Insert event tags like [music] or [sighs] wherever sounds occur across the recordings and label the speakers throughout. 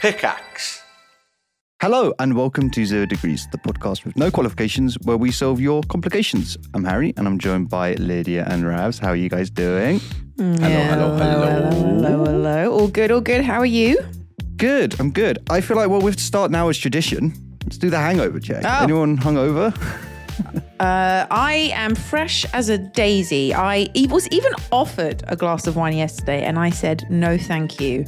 Speaker 1: Pickaxe.
Speaker 2: Hello and welcome to Zero Degrees, the podcast with no qualifications where we solve your complications. I'm Harry and I'm joined by Lydia and Ravs. How are you guys doing?
Speaker 3: hello, hello, hello, hello. All good, all good. How are you?
Speaker 2: Good, I'm good. I feel like, well, we have to start now as tradition. Let's do the hangover check.
Speaker 3: Oh.
Speaker 2: Anyone hungover?
Speaker 3: Uh, I am fresh as a daisy. I e- was even offered a glass of wine yesterday, and I said no, thank you.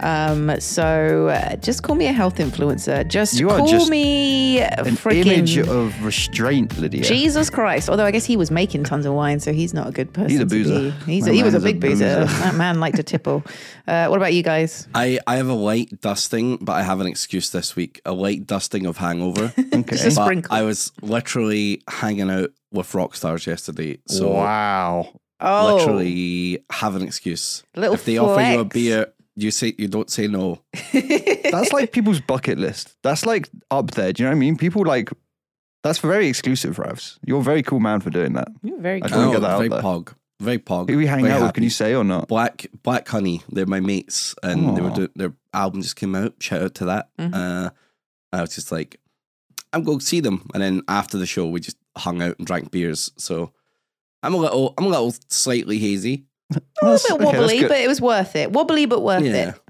Speaker 3: Um, so uh, just call me a health influencer. Just
Speaker 2: You are
Speaker 3: call
Speaker 2: just
Speaker 3: me
Speaker 2: An
Speaker 3: freaking
Speaker 2: image of restraint, Lydia.
Speaker 3: Jesus Christ. Although I guess he was making tons of wine, so he's not a good person.
Speaker 2: He's a
Speaker 3: to
Speaker 2: boozer.
Speaker 3: be- He's a,
Speaker 2: That
Speaker 3: he was a
Speaker 2: man's a
Speaker 3: big boozer.
Speaker 2: boozer.
Speaker 3: that man liked
Speaker 2: [laughs]
Speaker 3: to tipple. Uh, what about you guys?
Speaker 4: I, I have a light dusting, but I have an excuse this week. A light dusting of
Speaker 3: [laughs]
Speaker 4: hangover.
Speaker 2: Okay.
Speaker 3: Just a
Speaker 4: but
Speaker 3: sprinkle.
Speaker 4: I was literally hanging out with rock stars yesterday. So
Speaker 2: wow.
Speaker 3: oh,
Speaker 4: literally have an excuse.
Speaker 3: Little
Speaker 4: if they offer you a
Speaker 3: flex.
Speaker 4: beer, you say you don't say no.
Speaker 2: That's like people's bucket list. That's like up there. Do you know what I mean? People like, that's very exclusive, Ravs. You're a very cool man for doing that.
Speaker 3: [laughs] You're very
Speaker 2: I
Speaker 3: good.
Speaker 2: don't
Speaker 4: No,
Speaker 2: get that out
Speaker 4: very
Speaker 2: there.
Speaker 4: pog. Very pog.
Speaker 2: Who we hang
Speaker 4: very
Speaker 2: out with,
Speaker 4: happy.
Speaker 2: can you say or not?
Speaker 4: Black Black Honey. They're my mates, and they were
Speaker 2: Aw.
Speaker 4: doing their album just came out. Shout out to that.
Speaker 3: Mhm.
Speaker 4: Uh, I was just like, I'm going to see them, and then after the show, we just hung out and drank beers. So I'm a little, I'm a little slightly hazy.
Speaker 3: A
Speaker 2: That's-
Speaker 3: little bit
Speaker 2: okay, that's
Speaker 3: wobbly,
Speaker 2: good.
Speaker 3: but it was worth it. Wobbly, but worth
Speaker 4: yeah,
Speaker 3: it.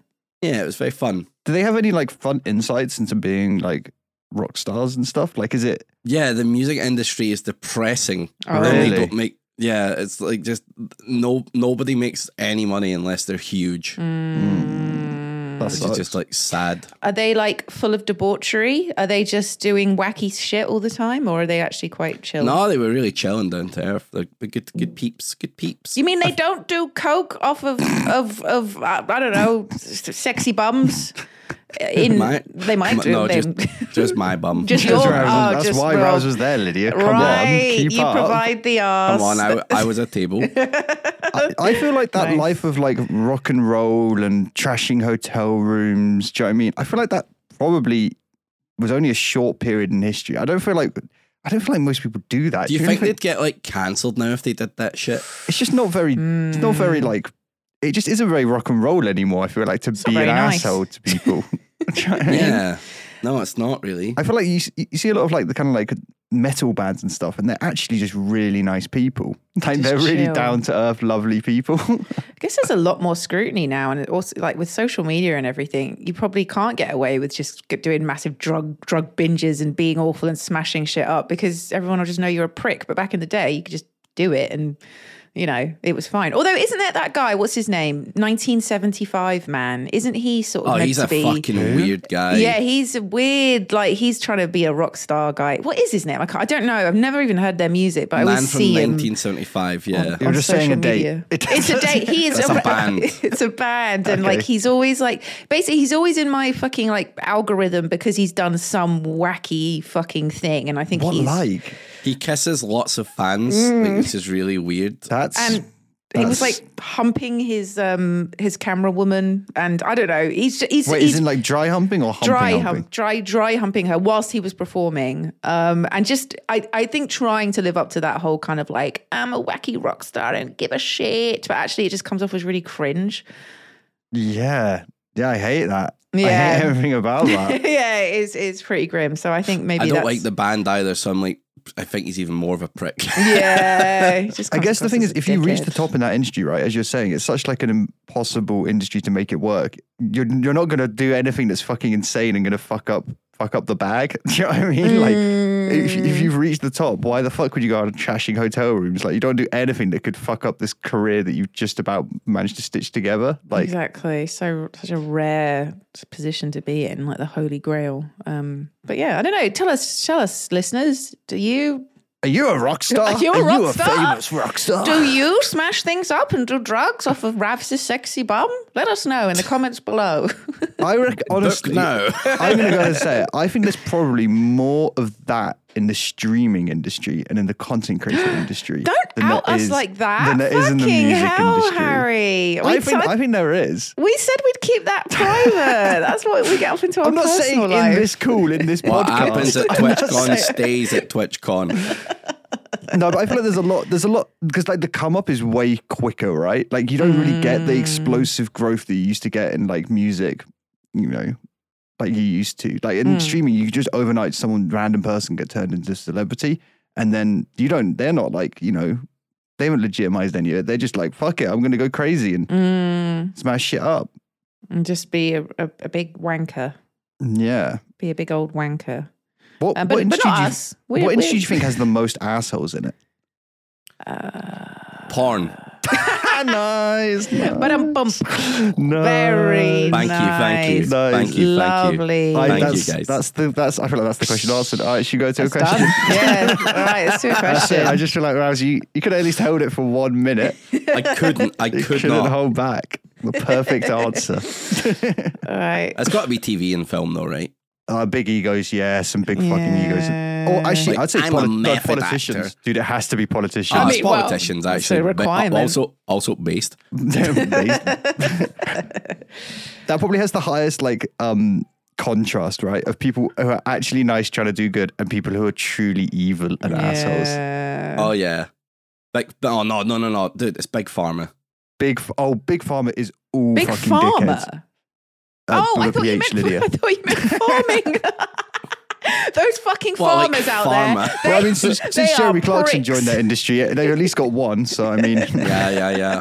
Speaker 4: yeah, it was very fun.
Speaker 2: do they have any like fun insights into being like rock stars and stuff? Like, is it
Speaker 4: Yeah, the music industry is depressing.
Speaker 3: Oh.
Speaker 4: And they
Speaker 2: Really?
Speaker 4: don't make. Yeah, it's like just no nobody makes any money unless they're
Speaker 3: Mm.
Speaker 4: huge,
Speaker 2: That's-
Speaker 4: which is just like sad.
Speaker 3: Are they like full of debauchery? Are they just doing wacky shit all the time, or are they actually quite chill?
Speaker 4: No, they were really chilling down to earth. Like good, good peeps, good peeps.
Speaker 3: You mean they don't do coke off of of of uh, I don't know, s- sexy bums? In
Speaker 4: My-
Speaker 3: they might
Speaker 4: my-
Speaker 3: do.
Speaker 4: no,
Speaker 3: they, [laughs]
Speaker 4: just, [laughs] just my bum.
Speaker 3: Just
Speaker 2: That's
Speaker 3: your-
Speaker 2: why I was-
Speaker 3: oh,
Speaker 2: that's
Speaker 3: just
Speaker 2: why
Speaker 3: well-
Speaker 2: Raz was there, Lydia. Come
Speaker 3: right,
Speaker 2: on, keep
Speaker 3: you
Speaker 2: up.
Speaker 3: provide the ass.
Speaker 4: Come on, I, I was
Speaker 3: [laughs]
Speaker 4: at table.
Speaker 2: I, I feel like that
Speaker 3: Nice.
Speaker 2: life of like rock and roll and trashing hotel rooms. Do you know what I mean? I feel like that probably was only a short period in history. I don't feel like I don't feel like most people do that.
Speaker 4: Do you
Speaker 2: know
Speaker 4: think
Speaker 2: what I mean?
Speaker 4: they'd get like cancelled now if they did that shit?
Speaker 2: it's just not very? It's not very
Speaker 3: Hmm.
Speaker 2: like. It just isn't very rock and roll anymore. I feel like to
Speaker 3: not
Speaker 2: be an
Speaker 3: very nice.
Speaker 2: asshole to people. [laughs] Do you know what I mean?
Speaker 4: Yeah. No, it's not really.
Speaker 2: I feel like you s- you see a lot of like the kind of like metal bands and stuff, and they're actually just really nice people. Like
Speaker 3: Just
Speaker 2: they're really
Speaker 3: chill.
Speaker 2: down to earth, lovely
Speaker 3: [laughs]
Speaker 2: people. [laughs]
Speaker 3: I guess there's a lot more scrutiny now, and it also like with social media and everything, you probably can't get away with just g- doing massive drug drug binges and being awful and smashing shit up because everyone will just know you're a prick. But back in the day, you could just do it, and you know it was fine. Although, isn't there that guy? What's his name? 1975 man. Isn't he sort of
Speaker 4: Oh,
Speaker 3: meant
Speaker 4: he's
Speaker 3: to
Speaker 4: a
Speaker 3: be?
Speaker 4: fucking weird guy.
Speaker 3: yeah, he's weird. Like he's trying to be a rock star guy. What is his name? I, can't, I don't know. I've never even heard their music, but I
Speaker 4: Man
Speaker 3: always
Speaker 4: from
Speaker 3: see him.
Speaker 4: 1975. Yeah.
Speaker 2: You're
Speaker 3: on
Speaker 2: just saying a
Speaker 3: social
Speaker 2: date.
Speaker 3: media.
Speaker 2: It
Speaker 3: it's a date. He is
Speaker 4: That's a band.
Speaker 3: [laughs] It's a band, and
Speaker 2: Okay.
Speaker 3: like he's always like basically he's always in my fucking like algorithm because he's done some wacky fucking thing, and I think
Speaker 2: What
Speaker 3: he's
Speaker 2: like?
Speaker 4: He kisses lots of fans,
Speaker 3: Mm.
Speaker 4: like, which is really weird.
Speaker 2: That's
Speaker 3: and. He was
Speaker 2: That's-
Speaker 3: like humping his um his camera woman, and I don't know. He's he's
Speaker 2: wait,
Speaker 3: he's
Speaker 2: is in like dry humping or humping?
Speaker 3: dry
Speaker 2: humping?
Speaker 3: hump, dry dry humping her whilst he was performing um and just i i think trying to live up to that whole kind of like i'm a wacky rock star and give a shit but actually it just comes off as really cringe
Speaker 2: Yeah, yeah, I hate that. I
Speaker 3: Yeah.
Speaker 2: hate everything about
Speaker 3: [laughs]
Speaker 2: that.
Speaker 3: yeah it's it's pretty grim so i think maybe
Speaker 4: I don't
Speaker 3: that's,
Speaker 4: like the band either, so I'm like, I think he's even more of a prick.
Speaker 3: [laughs]
Speaker 4: [laughs]
Speaker 3: yeah he
Speaker 2: [laughs]
Speaker 3: just
Speaker 2: I
Speaker 3: comes
Speaker 2: guess the
Speaker 3: across
Speaker 2: thing
Speaker 3: as
Speaker 2: is,
Speaker 3: a
Speaker 2: if you reach the
Speaker 3: dickhead.
Speaker 2: top in that industry, right, as you're saying, it's such like an impossible industry to make it work. You're you're not gonna do anything that's fucking insane and gonna fuck up fuck up the bag. [laughs] Do you know what I mean? Like, if,
Speaker 3: Mm.
Speaker 2: if you've reached the top, why the fuck would you go out trashing hotel rooms? Like, you don't do anything that could fuck up this career that you've just about managed to stitch together.
Speaker 3: Mm.
Speaker 2: Like,
Speaker 3: exactly so such a rare position to be in like the holy grail um but yeah i don't know tell us tell us listeners do you
Speaker 2: are you a rock star?
Speaker 3: Are you a rock star?
Speaker 2: famous rock star? [sighs]
Speaker 3: Do you smash things up and do drugs off of Rav's sexy bum? Let us know in the comments below. [laughs]
Speaker 2: I reckon,
Speaker 4: Book
Speaker 2: honestly,
Speaker 4: now.
Speaker 2: [laughs] I'm going to go ahead and say it. I think there's probably more of that in the streaming industry and in the content
Speaker 3: [gasps]
Speaker 2: creation industry.
Speaker 3: Don't
Speaker 2: than there
Speaker 3: out us
Speaker 2: is-
Speaker 3: like that.
Speaker 2: Than there
Speaker 3: Fucking
Speaker 2: is in the music
Speaker 3: hell,
Speaker 2: industry.
Speaker 3: Harry. We,
Speaker 2: I think,
Speaker 3: said-
Speaker 2: I think there is.
Speaker 3: we said we'd keep
Speaker 2: [laughs]
Speaker 3: that private. That's what we get up into our
Speaker 2: I'm not saying
Speaker 3: personal
Speaker 2: in
Speaker 3: life.
Speaker 2: this cool, in this
Speaker 4: What
Speaker 2: podcast. [laughs]
Speaker 4: happens at TwitchCon stays at TwitchCon.
Speaker 2: no, but I feel like there's a lot. There's a lot because like the come up is way quicker,
Speaker 3: Mm.
Speaker 2: right? Like you don't really get the explosive growth that you used to get in like music, you know, like you used to. Like
Speaker 3: Mm.
Speaker 2: in streaming, you just overnight someone random person get turned into a celebrity, and then you don't. They're not like you know, they haven't legitimized any of it. They're just like fuck it, I'm gonna go crazy and
Speaker 3: Mm,
Speaker 2: smash shit up.
Speaker 3: and just be a, a, a big wanker.
Speaker 2: Yeah.
Speaker 3: Be a big old wanker.
Speaker 2: What,
Speaker 3: Uh,
Speaker 2: what
Speaker 3: but, but
Speaker 2: industry
Speaker 3: not
Speaker 2: do you,
Speaker 3: us. We're-
Speaker 2: what industry
Speaker 3: we're-
Speaker 2: do you think has the most assholes in it? [laughs]
Speaker 3: Uh,
Speaker 4: Porn.
Speaker 3: [laughs]
Speaker 2: nice.
Speaker 3: but I'm bump.
Speaker 2: No.
Speaker 3: Very
Speaker 4: Thank you, thank you,
Speaker 2: Nice.
Speaker 3: nice.
Speaker 4: thank you, thank you.
Speaker 3: Lovely.
Speaker 2: I,
Speaker 4: Thank you,
Speaker 2: that's,
Speaker 4: guys.
Speaker 2: That's the that's. I feel like that's the question answered. All right, should we go to
Speaker 3: That's
Speaker 2: a question?
Speaker 3: done. yeah. All right. It's
Speaker 2: [laughs]
Speaker 3: two
Speaker 2: That's it. [laughs] I
Speaker 3: questions.
Speaker 2: just feel like Rouse, you you could at least hold it for one minute.
Speaker 4: I couldn't.
Speaker 2: [laughs]
Speaker 4: I
Speaker 2: You
Speaker 4: could
Speaker 2: couldn't
Speaker 4: not.
Speaker 2: hold back. The perfect answer.
Speaker 3: All right.
Speaker 4: It's got to be TV and film, though, right?
Speaker 2: Uh, big egos, yeah. Some big fucking egos. Or
Speaker 3: Yeah.
Speaker 2: actually,
Speaker 4: Like,
Speaker 2: I'd say
Speaker 4: I'm a
Speaker 2: poli- no,
Speaker 4: method
Speaker 2: politicians,
Speaker 4: actor.
Speaker 2: dude. It has to be politicians.
Speaker 4: Ah,
Speaker 3: mean,
Speaker 2: [laughs]
Speaker 4: it's
Speaker 3: well,
Speaker 4: politicians,
Speaker 3: that's
Speaker 4: actually.
Speaker 3: a
Speaker 4: but
Speaker 3: requirement.
Speaker 4: also, also based.
Speaker 2: that
Speaker 3: [laughs]
Speaker 2: probably has the highest like um contrast, right? Of people who are actually nice trying to do good and people who are truly evil and assholes.
Speaker 3: Yeah.
Speaker 4: Oh yeah. Like oh no no no no dude, it's big pharma.
Speaker 2: Big F- oh, Big Farmer is all
Speaker 3: Big
Speaker 2: fucking
Speaker 3: farmer.
Speaker 2: dickheads. Uh,
Speaker 3: Oh, I
Speaker 2: with a
Speaker 3: thought, you
Speaker 2: PH,
Speaker 3: meant, [laughs] I thought you meant farming.
Speaker 2: [laughs]
Speaker 3: Those fucking
Speaker 4: Well, like
Speaker 3: farmers out
Speaker 4: farmer.
Speaker 3: [laughs] there.
Speaker 2: Well, I mean, since,
Speaker 3: they
Speaker 2: since
Speaker 3: are
Speaker 2: Jeremy Clarkson
Speaker 3: pricks.
Speaker 2: joined that industry, they've at least got one. So I
Speaker 3: [laughs]
Speaker 2: mean,
Speaker 4: Yeah yeah yeah.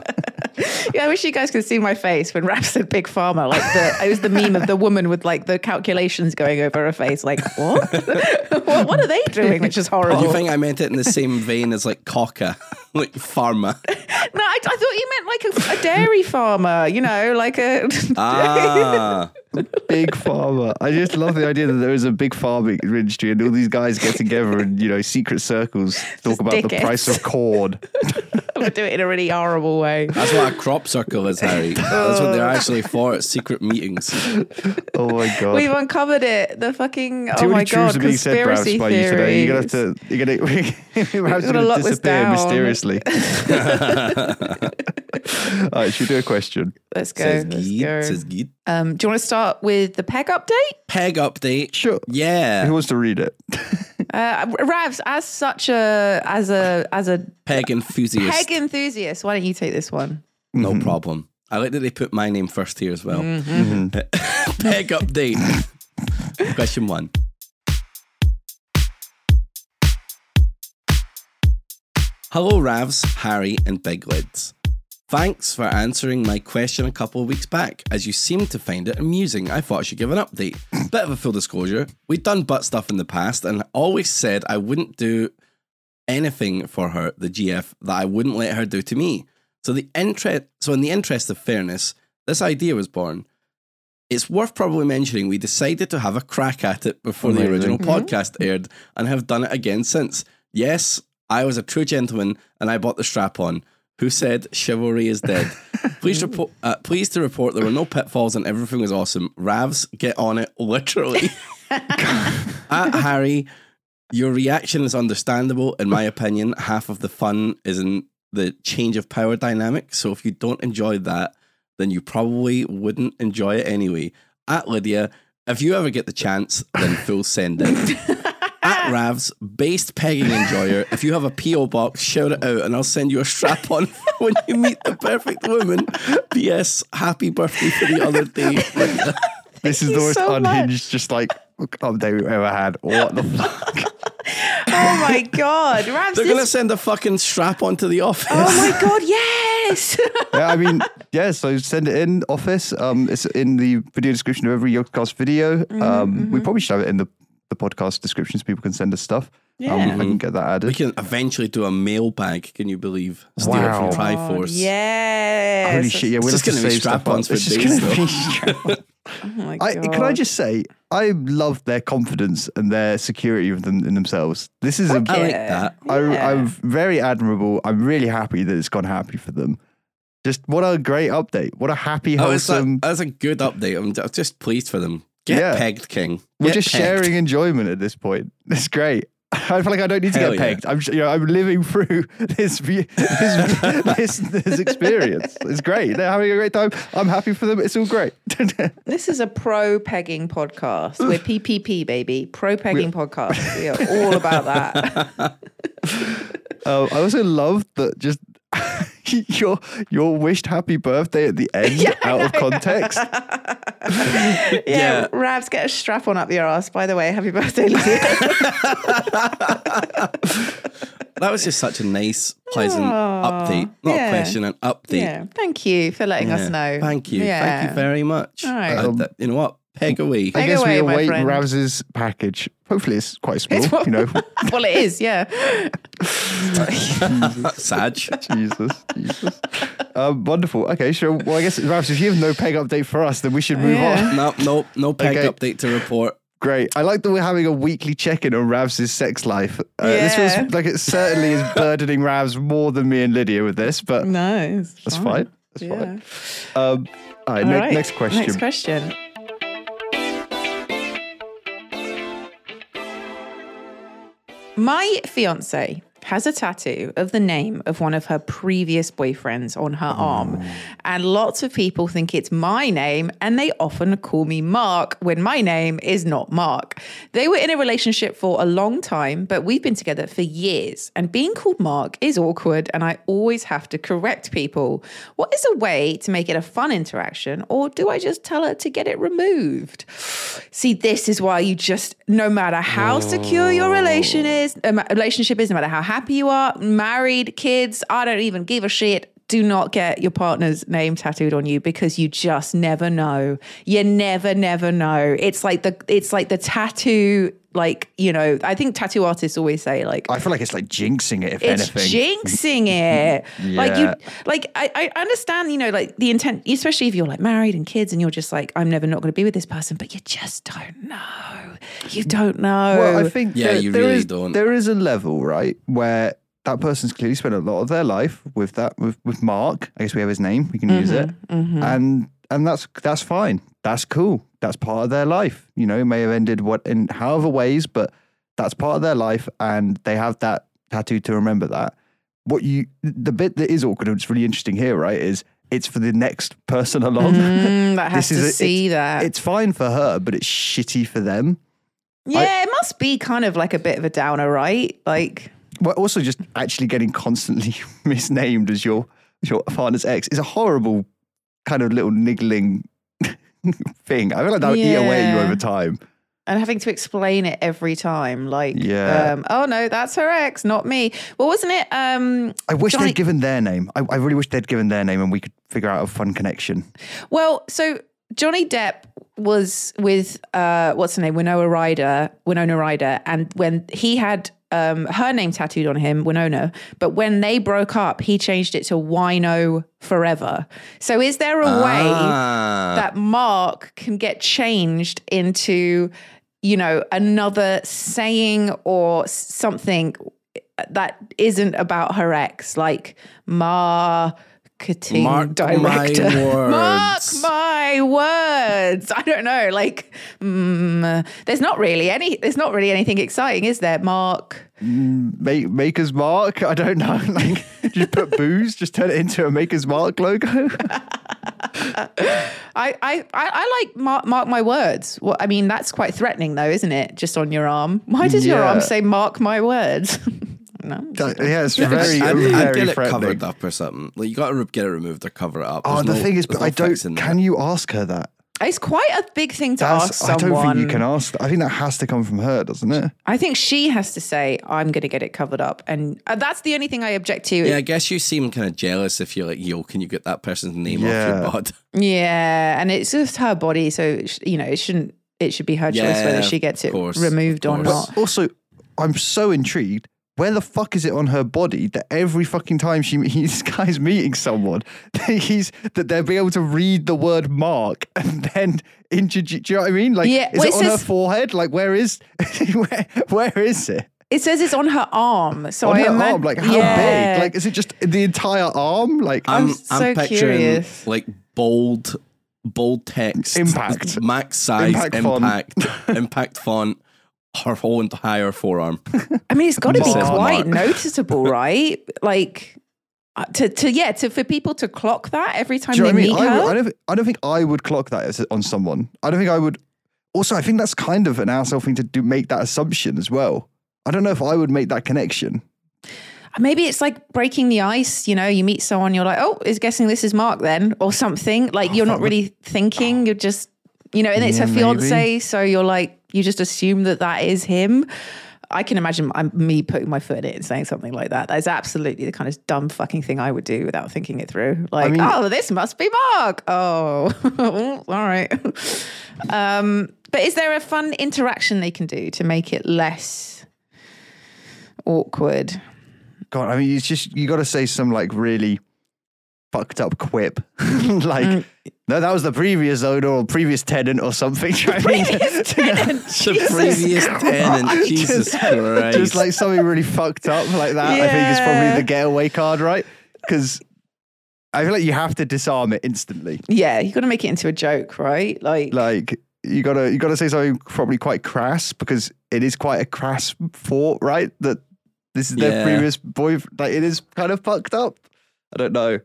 Speaker 3: Yeah, I wish you guys could see my face when Rap said Big Pharma. Like the, it was the meme of the woman with like the calculations going over her face. Like what? [laughs] what, what are they doing? Which is horrible.
Speaker 4: Do you think I meant it in the same vein as like cocker, [laughs] like pharma?
Speaker 3: no, I, I thought you meant like a, a dairy farmer. You know, like a.
Speaker 2: Uh,
Speaker 3: [laughs]
Speaker 4: Ah,
Speaker 2: Big Farmer. I just love the idea that there is a big farming industry and all these guys get together and you know secret circles talk
Speaker 3: Just
Speaker 2: about the
Speaker 3: dickheads.
Speaker 2: price of corn.
Speaker 3: I'm gonna do it in a really horrible way.
Speaker 4: that's what a crop circle is, Harry. That's what they're actually for at secret meetings.
Speaker 2: Oh
Speaker 3: [laughs]
Speaker 2: my god.
Speaker 3: We've uncovered it. The fucking
Speaker 2: Too
Speaker 3: oh
Speaker 2: many
Speaker 3: my
Speaker 2: truths
Speaker 3: god,
Speaker 2: are being said, Browse,
Speaker 3: conspiracy
Speaker 2: by you today. You're gonna have
Speaker 3: theories.
Speaker 2: to. You're gonna. [laughs] We're
Speaker 3: gotta
Speaker 2: going to
Speaker 3: lock this
Speaker 2: disappear
Speaker 3: down. [laughs]
Speaker 2: mysteriously. [laughs] All right, should we do a question?
Speaker 3: Let's go.
Speaker 4: Says
Speaker 3: let's
Speaker 4: Geed,
Speaker 3: go.
Speaker 4: says Geed.
Speaker 3: Um, do you want to start with the peg update?
Speaker 4: Peg update.
Speaker 2: Sure. Who
Speaker 4: Yeah,
Speaker 2: wants to read it? [laughs]
Speaker 3: Uh, Ravs, as such a as a as a
Speaker 4: peg enthusiast.
Speaker 3: peg enthusiast, why don't you take this one?
Speaker 4: No problem. I like that they put my name first here as well. [laughs] Peg update. Question one. Hello, Ravs, Harry, and Big Lids. Thanks for answering my question a couple of weeks back. As you seemed to find it amusing, I thought I should give an update. Bit of a full disclosure we've done butt stuff in the past, and I always said I wouldn't do anything for her, the GF, that I wouldn't let her do to me. So the interest, so in the interest of fairness, this idea was born. It's worth probably mentioning we decided to have a crack at it before the
Speaker 2: Amazing.
Speaker 4: original podcast aired, and have done it again since. Yes, I was a true gentleman, and I bought the strap on. Who said chivalry is dead? Please report. Uh, pleased to report there were no pitfalls and everything was awesome. Ravs, get on it, literally. [laughs] at Harry, your reaction is understandable. In my opinion, half of the fun is in the change of power dynamic. So if you don't enjoy that, then you probably wouldn't enjoy it anyway. At Lydia, if you ever get the chance, then full send it. At Ravs, based pegging enjoyer, if you have a P.O. box, shout it out and I'll send you a strap on [laughs] when you meet the perfect woman. P.S. Happy birthday for the other day. Lydia.
Speaker 2: this is
Speaker 3: you
Speaker 2: the most
Speaker 3: so much.
Speaker 2: unhinged, just like update we've ever had. What
Speaker 3: [laughs]
Speaker 2: the fuck?
Speaker 3: Oh my god, Ravs!
Speaker 4: They're going to
Speaker 3: This,
Speaker 4: send a fucking strap on to the office.
Speaker 3: oh
Speaker 2: [laughs]
Speaker 3: my god, yes!
Speaker 2: yeah, I mean, yeah. So send it in office. Um, it's in the video description of every Yogcast video.
Speaker 4: Mm-hmm,
Speaker 2: Um, we probably should have it in the, the podcast description so people can send us stuff. Um,
Speaker 3: Yeah.
Speaker 2: I can get that added.
Speaker 4: We can eventually do a mailbag. Can you believe? Steal it
Speaker 2: Wow.
Speaker 4: from
Speaker 3: God,
Speaker 4: Triforce.
Speaker 3: yes.
Speaker 2: Oh, Holy shit! Yeah, we're
Speaker 4: It's
Speaker 2: just
Speaker 4: just
Speaker 2: going
Speaker 4: gonna
Speaker 2: to
Speaker 4: be
Speaker 2: save stuff up.
Speaker 4: strap-ons for
Speaker 2: It's just
Speaker 4: days,
Speaker 2: gonna
Speaker 4: though.
Speaker 2: be
Speaker 4: [laughs]
Speaker 2: strap-
Speaker 3: Oh my
Speaker 2: I,
Speaker 3: god.
Speaker 2: can I just say, I love their confidence and their security of them, in themselves. This is a,
Speaker 4: I like
Speaker 3: Yeah.
Speaker 4: that.
Speaker 2: I,
Speaker 3: Yeah.
Speaker 2: I'm very admirable. I'm really happy that it's gone happy for them. Just what a great update. What a happy,
Speaker 4: Oh, it's a,
Speaker 2: wholesome.
Speaker 4: that's a good update. I'm ju- just pleased for them. Get
Speaker 2: Yeah.
Speaker 4: pegged, King.
Speaker 2: we're
Speaker 4: Get
Speaker 2: just
Speaker 4: pegged.
Speaker 2: sharing enjoyment at this point. [laughs] It's great. I feel like I don't need to
Speaker 4: Hell
Speaker 2: get
Speaker 4: yeah.
Speaker 2: pegged. I'm, sh- you know, I'm living [laughs] through this, view- this, [laughs] this, this experience. It's great. They're having a great time. I'm happy for them. It's all great. [laughs] Um,
Speaker 3: This is a pro pegging podcast. We're PPP, baby. Pro
Speaker 2: [laughs]
Speaker 3: pegging podcast. We are all about that.
Speaker 2: Um, I also love that just [laughs] your your wished happy birthday at the end out of context.
Speaker 3: [laughs] yeah,
Speaker 4: Yeah.
Speaker 3: Rabs, get a strap on up your ass. By the way, happy
Speaker 2: [laughs]
Speaker 3: birthday, Lydia.
Speaker 4: That was just such a nice, pleasant
Speaker 3: Aw,
Speaker 4: update. Not
Speaker 3: yeah.
Speaker 4: a question, an update.
Speaker 3: yeah, thank you for letting us
Speaker 4: Yeah.
Speaker 3: know.
Speaker 4: Thank you. Thank
Speaker 3: Yeah.
Speaker 4: you very much.
Speaker 3: All right.
Speaker 4: Uh,
Speaker 2: Um,
Speaker 4: th- you know what?
Speaker 2: [laughs]
Speaker 4: Peg away.
Speaker 2: I
Speaker 3: Take
Speaker 2: guess
Speaker 3: away,
Speaker 2: we
Speaker 3: my
Speaker 2: await
Speaker 3: friend.
Speaker 2: Ravs's package. Hopefully, it's quite small. you know, [laughs]
Speaker 3: well, it is. Yeah,
Speaker 4: Saj.
Speaker 2: Jesus, Jesus. Um, wonderful. Okay, sure. Well, I guess Ravs, if you have no peg update for us, then we should move
Speaker 3: Yeah.
Speaker 2: on.
Speaker 4: No, no, no peg
Speaker 2: Okay.
Speaker 4: update to report.
Speaker 2: Great. I like that we're having a weekly check-in on Ravs' sex life. Uh, This
Speaker 3: Yeah.
Speaker 2: feels like it certainly
Speaker 3: [laughs]
Speaker 2: is burdening Ravs more than me and Lydia with this, but
Speaker 3: no,
Speaker 2: that's fine. That's
Speaker 3: Mm. Yeah.
Speaker 2: fine. Um, all right,
Speaker 3: All
Speaker 2: ne-
Speaker 3: right,
Speaker 2: next question.
Speaker 3: Next question. My fiance has a tattoo of the name of one of her previous boyfriends on her arm.
Speaker 2: Mm.
Speaker 3: And lots of people think it's my name, and they often call me Mark when my name is not Mark. They were in a relationship for a long time, but we've been together for years. And being called Mark is awkward, and I always have to correct people. What is a way to make it a fun interaction, or do I just tell her to get it removed? See, this is why you just, no matter how secure your relation is, um, relationship is, no matter how happy you are, married, kids, I don't even give a shit. Do not get your partner's name tattooed on you because you just never know. You never, never know. It's like the it's like the tattoo, like you know. I think tattoo artists always say like
Speaker 2: I feel like it's like jinxing it, if
Speaker 3: it's
Speaker 2: anything. [laughs]
Speaker 3: jinxing it. Like
Speaker 2: Yeah.
Speaker 3: you, like I, I understand, you know, like the intent, especially if you're like married and kids, and you're just like, I'm never not going to be with this person, but you just don't know. You don't know.
Speaker 2: Well, I think
Speaker 4: Yeah,
Speaker 2: there-
Speaker 4: you
Speaker 2: there
Speaker 4: really
Speaker 2: is-
Speaker 4: don't.
Speaker 2: There is a level, right, where that person's clearly spent a lot of their life with that with, with Mark. I guess we have his name. We can use it, and and that's that's fine. That's cool. That's part of their life. You know, it may have ended what in however ways, but that's part of their life, and they have that tattoo to remember that. What you the bit that is awkward, and it's really interesting here, right, is it's for the next person along.
Speaker 3: Mm, that has
Speaker 2: this
Speaker 3: to
Speaker 2: is a-
Speaker 3: see
Speaker 2: [laughs]
Speaker 3: that.
Speaker 2: It's fine for her, but it's shitty for them.
Speaker 3: yeah, it must be kind of like a bit of a downer, right? Like,
Speaker 2: but also just actually getting constantly [laughs] misnamed as your as your partner's ex is a horrible kind of little niggling [laughs] thing. I feel like that would eat away at you
Speaker 3: Yeah.
Speaker 2: over time.
Speaker 3: and having to explain it every time, like,
Speaker 2: Yeah.
Speaker 3: um, oh no, that's her ex, not me. Well, wasn't it? Um,
Speaker 2: I wish
Speaker 3: Johnny-
Speaker 2: they'd given their name. I, I really wish they'd given their name and we could figure out a fun connection.
Speaker 3: Well, so Johnny Depp was with uh, what's her name, Winona Ryder, Winona Ryder, and when he had um, her name tattooed on him, Winona, but when they broke up, he changed it to Wino Forever. So, is there a way
Speaker 4: Ah.
Speaker 3: that Mark can get changed into, you know, another saying or something that isn't about her ex, like marketing
Speaker 4: Mark
Speaker 3: director? [laughs]
Speaker 4: my words.
Speaker 3: Mark my words. I don't know. Like, mm, there's not really any. There's not really anything exciting, is there? Mark.
Speaker 2: Make, maker's Mark? I don't know. [laughs] Like, just put booze, just turn it into a Maker's Mark [laughs] logo.
Speaker 3: I I I, I like mark, mark my words. Well, I mean, that's quite threatening, though, isn't it? Just on your arm. Why does your
Speaker 2: Yeah.
Speaker 3: arm say "mark my words"? [laughs] no.
Speaker 2: yeah, [laughs] it's very,
Speaker 4: I'd,
Speaker 2: very
Speaker 4: I'd get it
Speaker 2: threatening.
Speaker 4: covered up or something. Like you got to get it removed or cover it up.
Speaker 2: Oh,
Speaker 4: There's
Speaker 2: the
Speaker 4: no-
Speaker 2: thing is,
Speaker 4: there's
Speaker 2: but
Speaker 4: no
Speaker 2: I don't.
Speaker 4: fixing that.
Speaker 2: Can you ask her that?
Speaker 3: It's quite a big thing to ask
Speaker 2: That's, I
Speaker 3: someone.
Speaker 2: don't think you can ask that. I think that has to come from her, doesn't it?
Speaker 3: I think she has to say, "I'm going to get it covered up," and uh, that's the only thing I object to.
Speaker 4: Yeah, I guess you seem kind of jealous if you're like, yo, can you get that person's name off
Speaker 2: Yeah.
Speaker 4: your bod?
Speaker 3: Yeah, and it's just her body, so it sh- you know it shouldn't. It should be her choice
Speaker 4: Yeah,
Speaker 3: whether she gets
Speaker 4: of
Speaker 3: it
Speaker 4: course,
Speaker 3: removed
Speaker 4: of
Speaker 3: or
Speaker 4: course.
Speaker 3: not.
Speaker 2: Also, I'm so intrigued. Where the fuck is it on her body that every fucking time she [laughs] this guy's meeting someone, [laughs] that he's that they'll be able to read the word mark [laughs] and then introduce? Do you know what I mean? Like,
Speaker 3: Yeah,
Speaker 2: is
Speaker 3: well,
Speaker 2: it
Speaker 3: it
Speaker 2: on her
Speaker 3: says-
Speaker 2: forehead? Like, where is [laughs] where, where is it
Speaker 3: It says it's on her arm, so
Speaker 2: on
Speaker 3: I
Speaker 2: her
Speaker 3: imma-
Speaker 2: arm? Like, how
Speaker 3: Yeah.
Speaker 2: big? Like, is it just the entire arm? Like,
Speaker 4: I'm,
Speaker 3: so
Speaker 4: I'm picturing
Speaker 3: curious.
Speaker 4: like bold, bold text,
Speaker 2: Impact.
Speaker 4: max size,
Speaker 2: Impact
Speaker 4: impact,
Speaker 2: font.
Speaker 4: impact font, her whole
Speaker 3: [laughs]
Speaker 4: entire forearm.
Speaker 3: I mean, it's got to be
Speaker 2: Mark.
Speaker 3: quite
Speaker 4: Mark.
Speaker 2: [laughs]
Speaker 3: noticeable, right? Like uh, to to yeah to for people to clock that every time
Speaker 2: Do you
Speaker 3: they
Speaker 2: know what I mean?
Speaker 3: meet
Speaker 2: I,
Speaker 3: her.
Speaker 2: would- I don't. thi- I don't think I would clock that as, on someone. I don't think I would. Also, I think that's kind of an asshole thing to do. Make that assumption as well. I don't know if I would make that connection.
Speaker 3: Maybe it's like breaking the ice. You know, you meet someone, you're like, oh, is guessing this is Mark then, or something. Like you're not really thinking. You're just, you know, and it's
Speaker 2: Yeah,
Speaker 3: her fiance,
Speaker 2: maybe.
Speaker 3: so you're like, you just assume that that is him. I can imagine I'm, me putting my foot in it and saying something like that. That is absolutely the kind of dumb fucking thing I would do without thinking it through. Like,
Speaker 2: mean-
Speaker 3: oh, this must be Mark. Oh, [laughs] all right. um, but is there a fun interaction they can do to make it less awkward? [laughs]
Speaker 2: God, I mean, it's just you got to say some like really fucked up quip, [laughs] like no, that was the previous owner or previous tenant or something. [laughs] previous [laughs] tenant,
Speaker 4: The
Speaker 2: [laughs]
Speaker 4: previous tenant, Jesus Christ.
Speaker 2: just like something really fucked up like that. I think is
Speaker 3: Yeah.
Speaker 2: probably the getaway card, right? Because I feel like you have to disarm it instantly.
Speaker 3: Yeah, you got to make it into a joke, right? Like,
Speaker 2: Like you gotta you gotta say something probably quite crass because it is quite a crass thought, right? That this is their
Speaker 4: Yeah.
Speaker 2: previous boy. Like it is kind of fucked up. I don't know.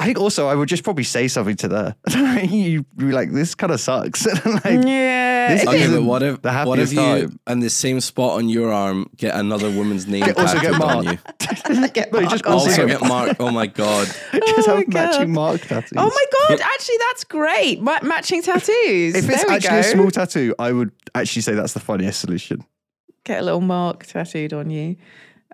Speaker 2: I think also I would just probably say something to the [laughs] you you'd be like this kind of sucks. [laughs] like,
Speaker 3: yeah,
Speaker 2: This
Speaker 3: if
Speaker 4: Okay,
Speaker 3: it-
Speaker 2: is-
Speaker 4: but what if
Speaker 2: the
Speaker 4: what
Speaker 2: happiest
Speaker 4: if you
Speaker 2: time.
Speaker 4: and the same spot on your arm get another woman's name
Speaker 2: Get- also
Speaker 4: tattooed
Speaker 2: get
Speaker 4: on
Speaker 2: Mark. [laughs]
Speaker 3: [laughs]
Speaker 4: you?
Speaker 3: get
Speaker 2: no, you
Speaker 3: Mark
Speaker 2: just
Speaker 3: on
Speaker 2: also
Speaker 4: Also
Speaker 3: it.
Speaker 4: get Mark. Oh my god.
Speaker 2: just have
Speaker 3: Oh my God.
Speaker 2: matching mark tattoos.
Speaker 3: Oh my god! Actually, that's great. Ma- matching tattoos.
Speaker 2: If it's
Speaker 3: there we
Speaker 2: actually
Speaker 3: go.
Speaker 2: a small tattoo, I would actually say that's the funniest solution.
Speaker 3: get a little mark tattooed on you.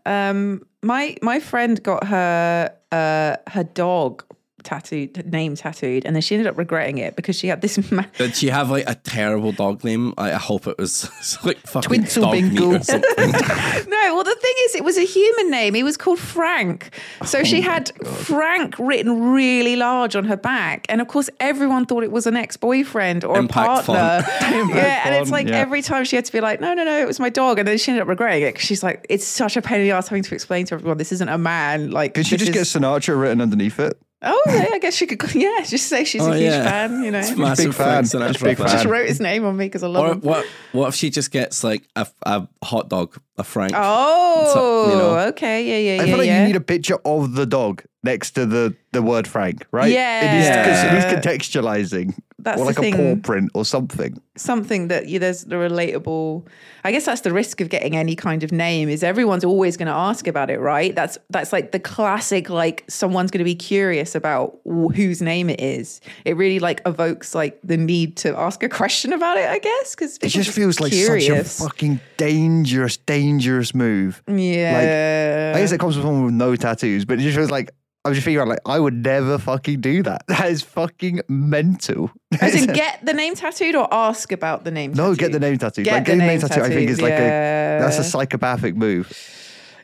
Speaker 3: Um, my my friend got her uh, her dog tattooed name tattooed, and then she ended up regretting it because she had this. [laughs] Ma-
Speaker 4: Did she have like a terrible dog name? I, I hope it was [laughs] it's like fucking
Speaker 2: Twinkle
Speaker 4: dog meat
Speaker 2: Bingle.
Speaker 4: or
Speaker 3: [laughs]
Speaker 4: something.
Speaker 3: no, well the thing is, it was a human name. He was called Frank, so
Speaker 2: Oh
Speaker 3: she had Frank written really large on her back, and of course everyone thought it was an ex boyfriend or
Speaker 4: Impact
Speaker 3: a partner.
Speaker 2: [laughs]
Speaker 3: yeah, and it's
Speaker 2: font,
Speaker 3: like
Speaker 2: yeah.
Speaker 3: every time she had to be like, no, no, no, it was my dog, and then she ended up regretting it because she's like, it's such a pain in the ass having to explain to everyone this isn't a man. Like,
Speaker 2: Could you
Speaker 3: this
Speaker 2: just
Speaker 3: is-
Speaker 2: get Sinatra written underneath it?
Speaker 3: Oh, yeah, I guess she could. [laughs] Yeah, just say she's
Speaker 4: Oh,
Speaker 3: a huge
Speaker 4: yeah.
Speaker 3: fan. You know,
Speaker 4: It's
Speaker 3: she
Speaker 4: massive
Speaker 2: Big fan.
Speaker 4: Frank Sinatra
Speaker 2: Big
Speaker 4: fan.
Speaker 3: [laughs] just
Speaker 2: fan.
Speaker 3: wrote his name on me because I love
Speaker 4: Or
Speaker 3: him.
Speaker 4: [laughs] what? What if she just gets like a, a hot dog, a Frank?
Speaker 3: Oh,
Speaker 4: So, you know.
Speaker 3: okay, yeah, yeah,
Speaker 2: I
Speaker 3: yeah.
Speaker 2: feel like
Speaker 3: yeah.
Speaker 2: you need a picture of the dog next to the, the word Frank, right?
Speaker 3: Yeah.
Speaker 2: It needs, 'cause it needs contextualizing.
Speaker 3: That's
Speaker 2: or
Speaker 3: the
Speaker 2: like a paw
Speaker 3: thing.
Speaker 2: print or something.
Speaker 3: Something that you, there's the relatable. I guess that's the risk of getting any kind of name is everyone's always going to ask about it, right? That's that's like the classic. Like someone's going to be curious about wh- whose name it is. It really like evokes like the need to ask a question about it. I guess because
Speaker 2: It just feels like
Speaker 3: curious.
Speaker 2: such a fucking dangerous, dangerous move.
Speaker 3: yeah.
Speaker 2: I guess it comes from someone with no tattoos, but it just feels like I was just figuring out like I would never fucking do that. [laughs] That is fucking
Speaker 3: [laughs]
Speaker 2: mental.
Speaker 3: As in, get the name tattooed or ask about the name
Speaker 2: no,
Speaker 3: tattooed?
Speaker 2: get the name tattoo.
Speaker 3: Get
Speaker 2: like
Speaker 3: the
Speaker 2: getting
Speaker 3: name
Speaker 2: tattoo, I think is
Speaker 3: tattooed,
Speaker 2: like
Speaker 3: yeah.
Speaker 2: a that's a psychopathic move.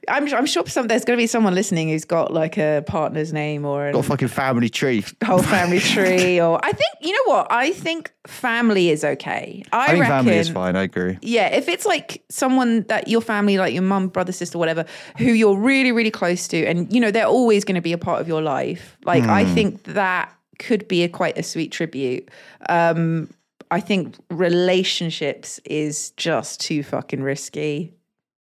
Speaker 3: I'm, I'm sure some, there's going to be someone listening who's got like a partner's name or a
Speaker 2: Got a fucking family tree. [laughs]
Speaker 3: whole family tree. Or I think, you know what? I think family is okay. I,
Speaker 2: I think
Speaker 3: reckon.
Speaker 2: family is fine. I agree.
Speaker 3: Yeah, if it's like someone that your family, like your mum, brother, sister, whatever, who you're really, really close to, and you know they're always going to be a part of your life. Like I
Speaker 2: Hmm.
Speaker 3: think that could be a quite a sweet tribute. Um, I think relationships is just too fucking risky.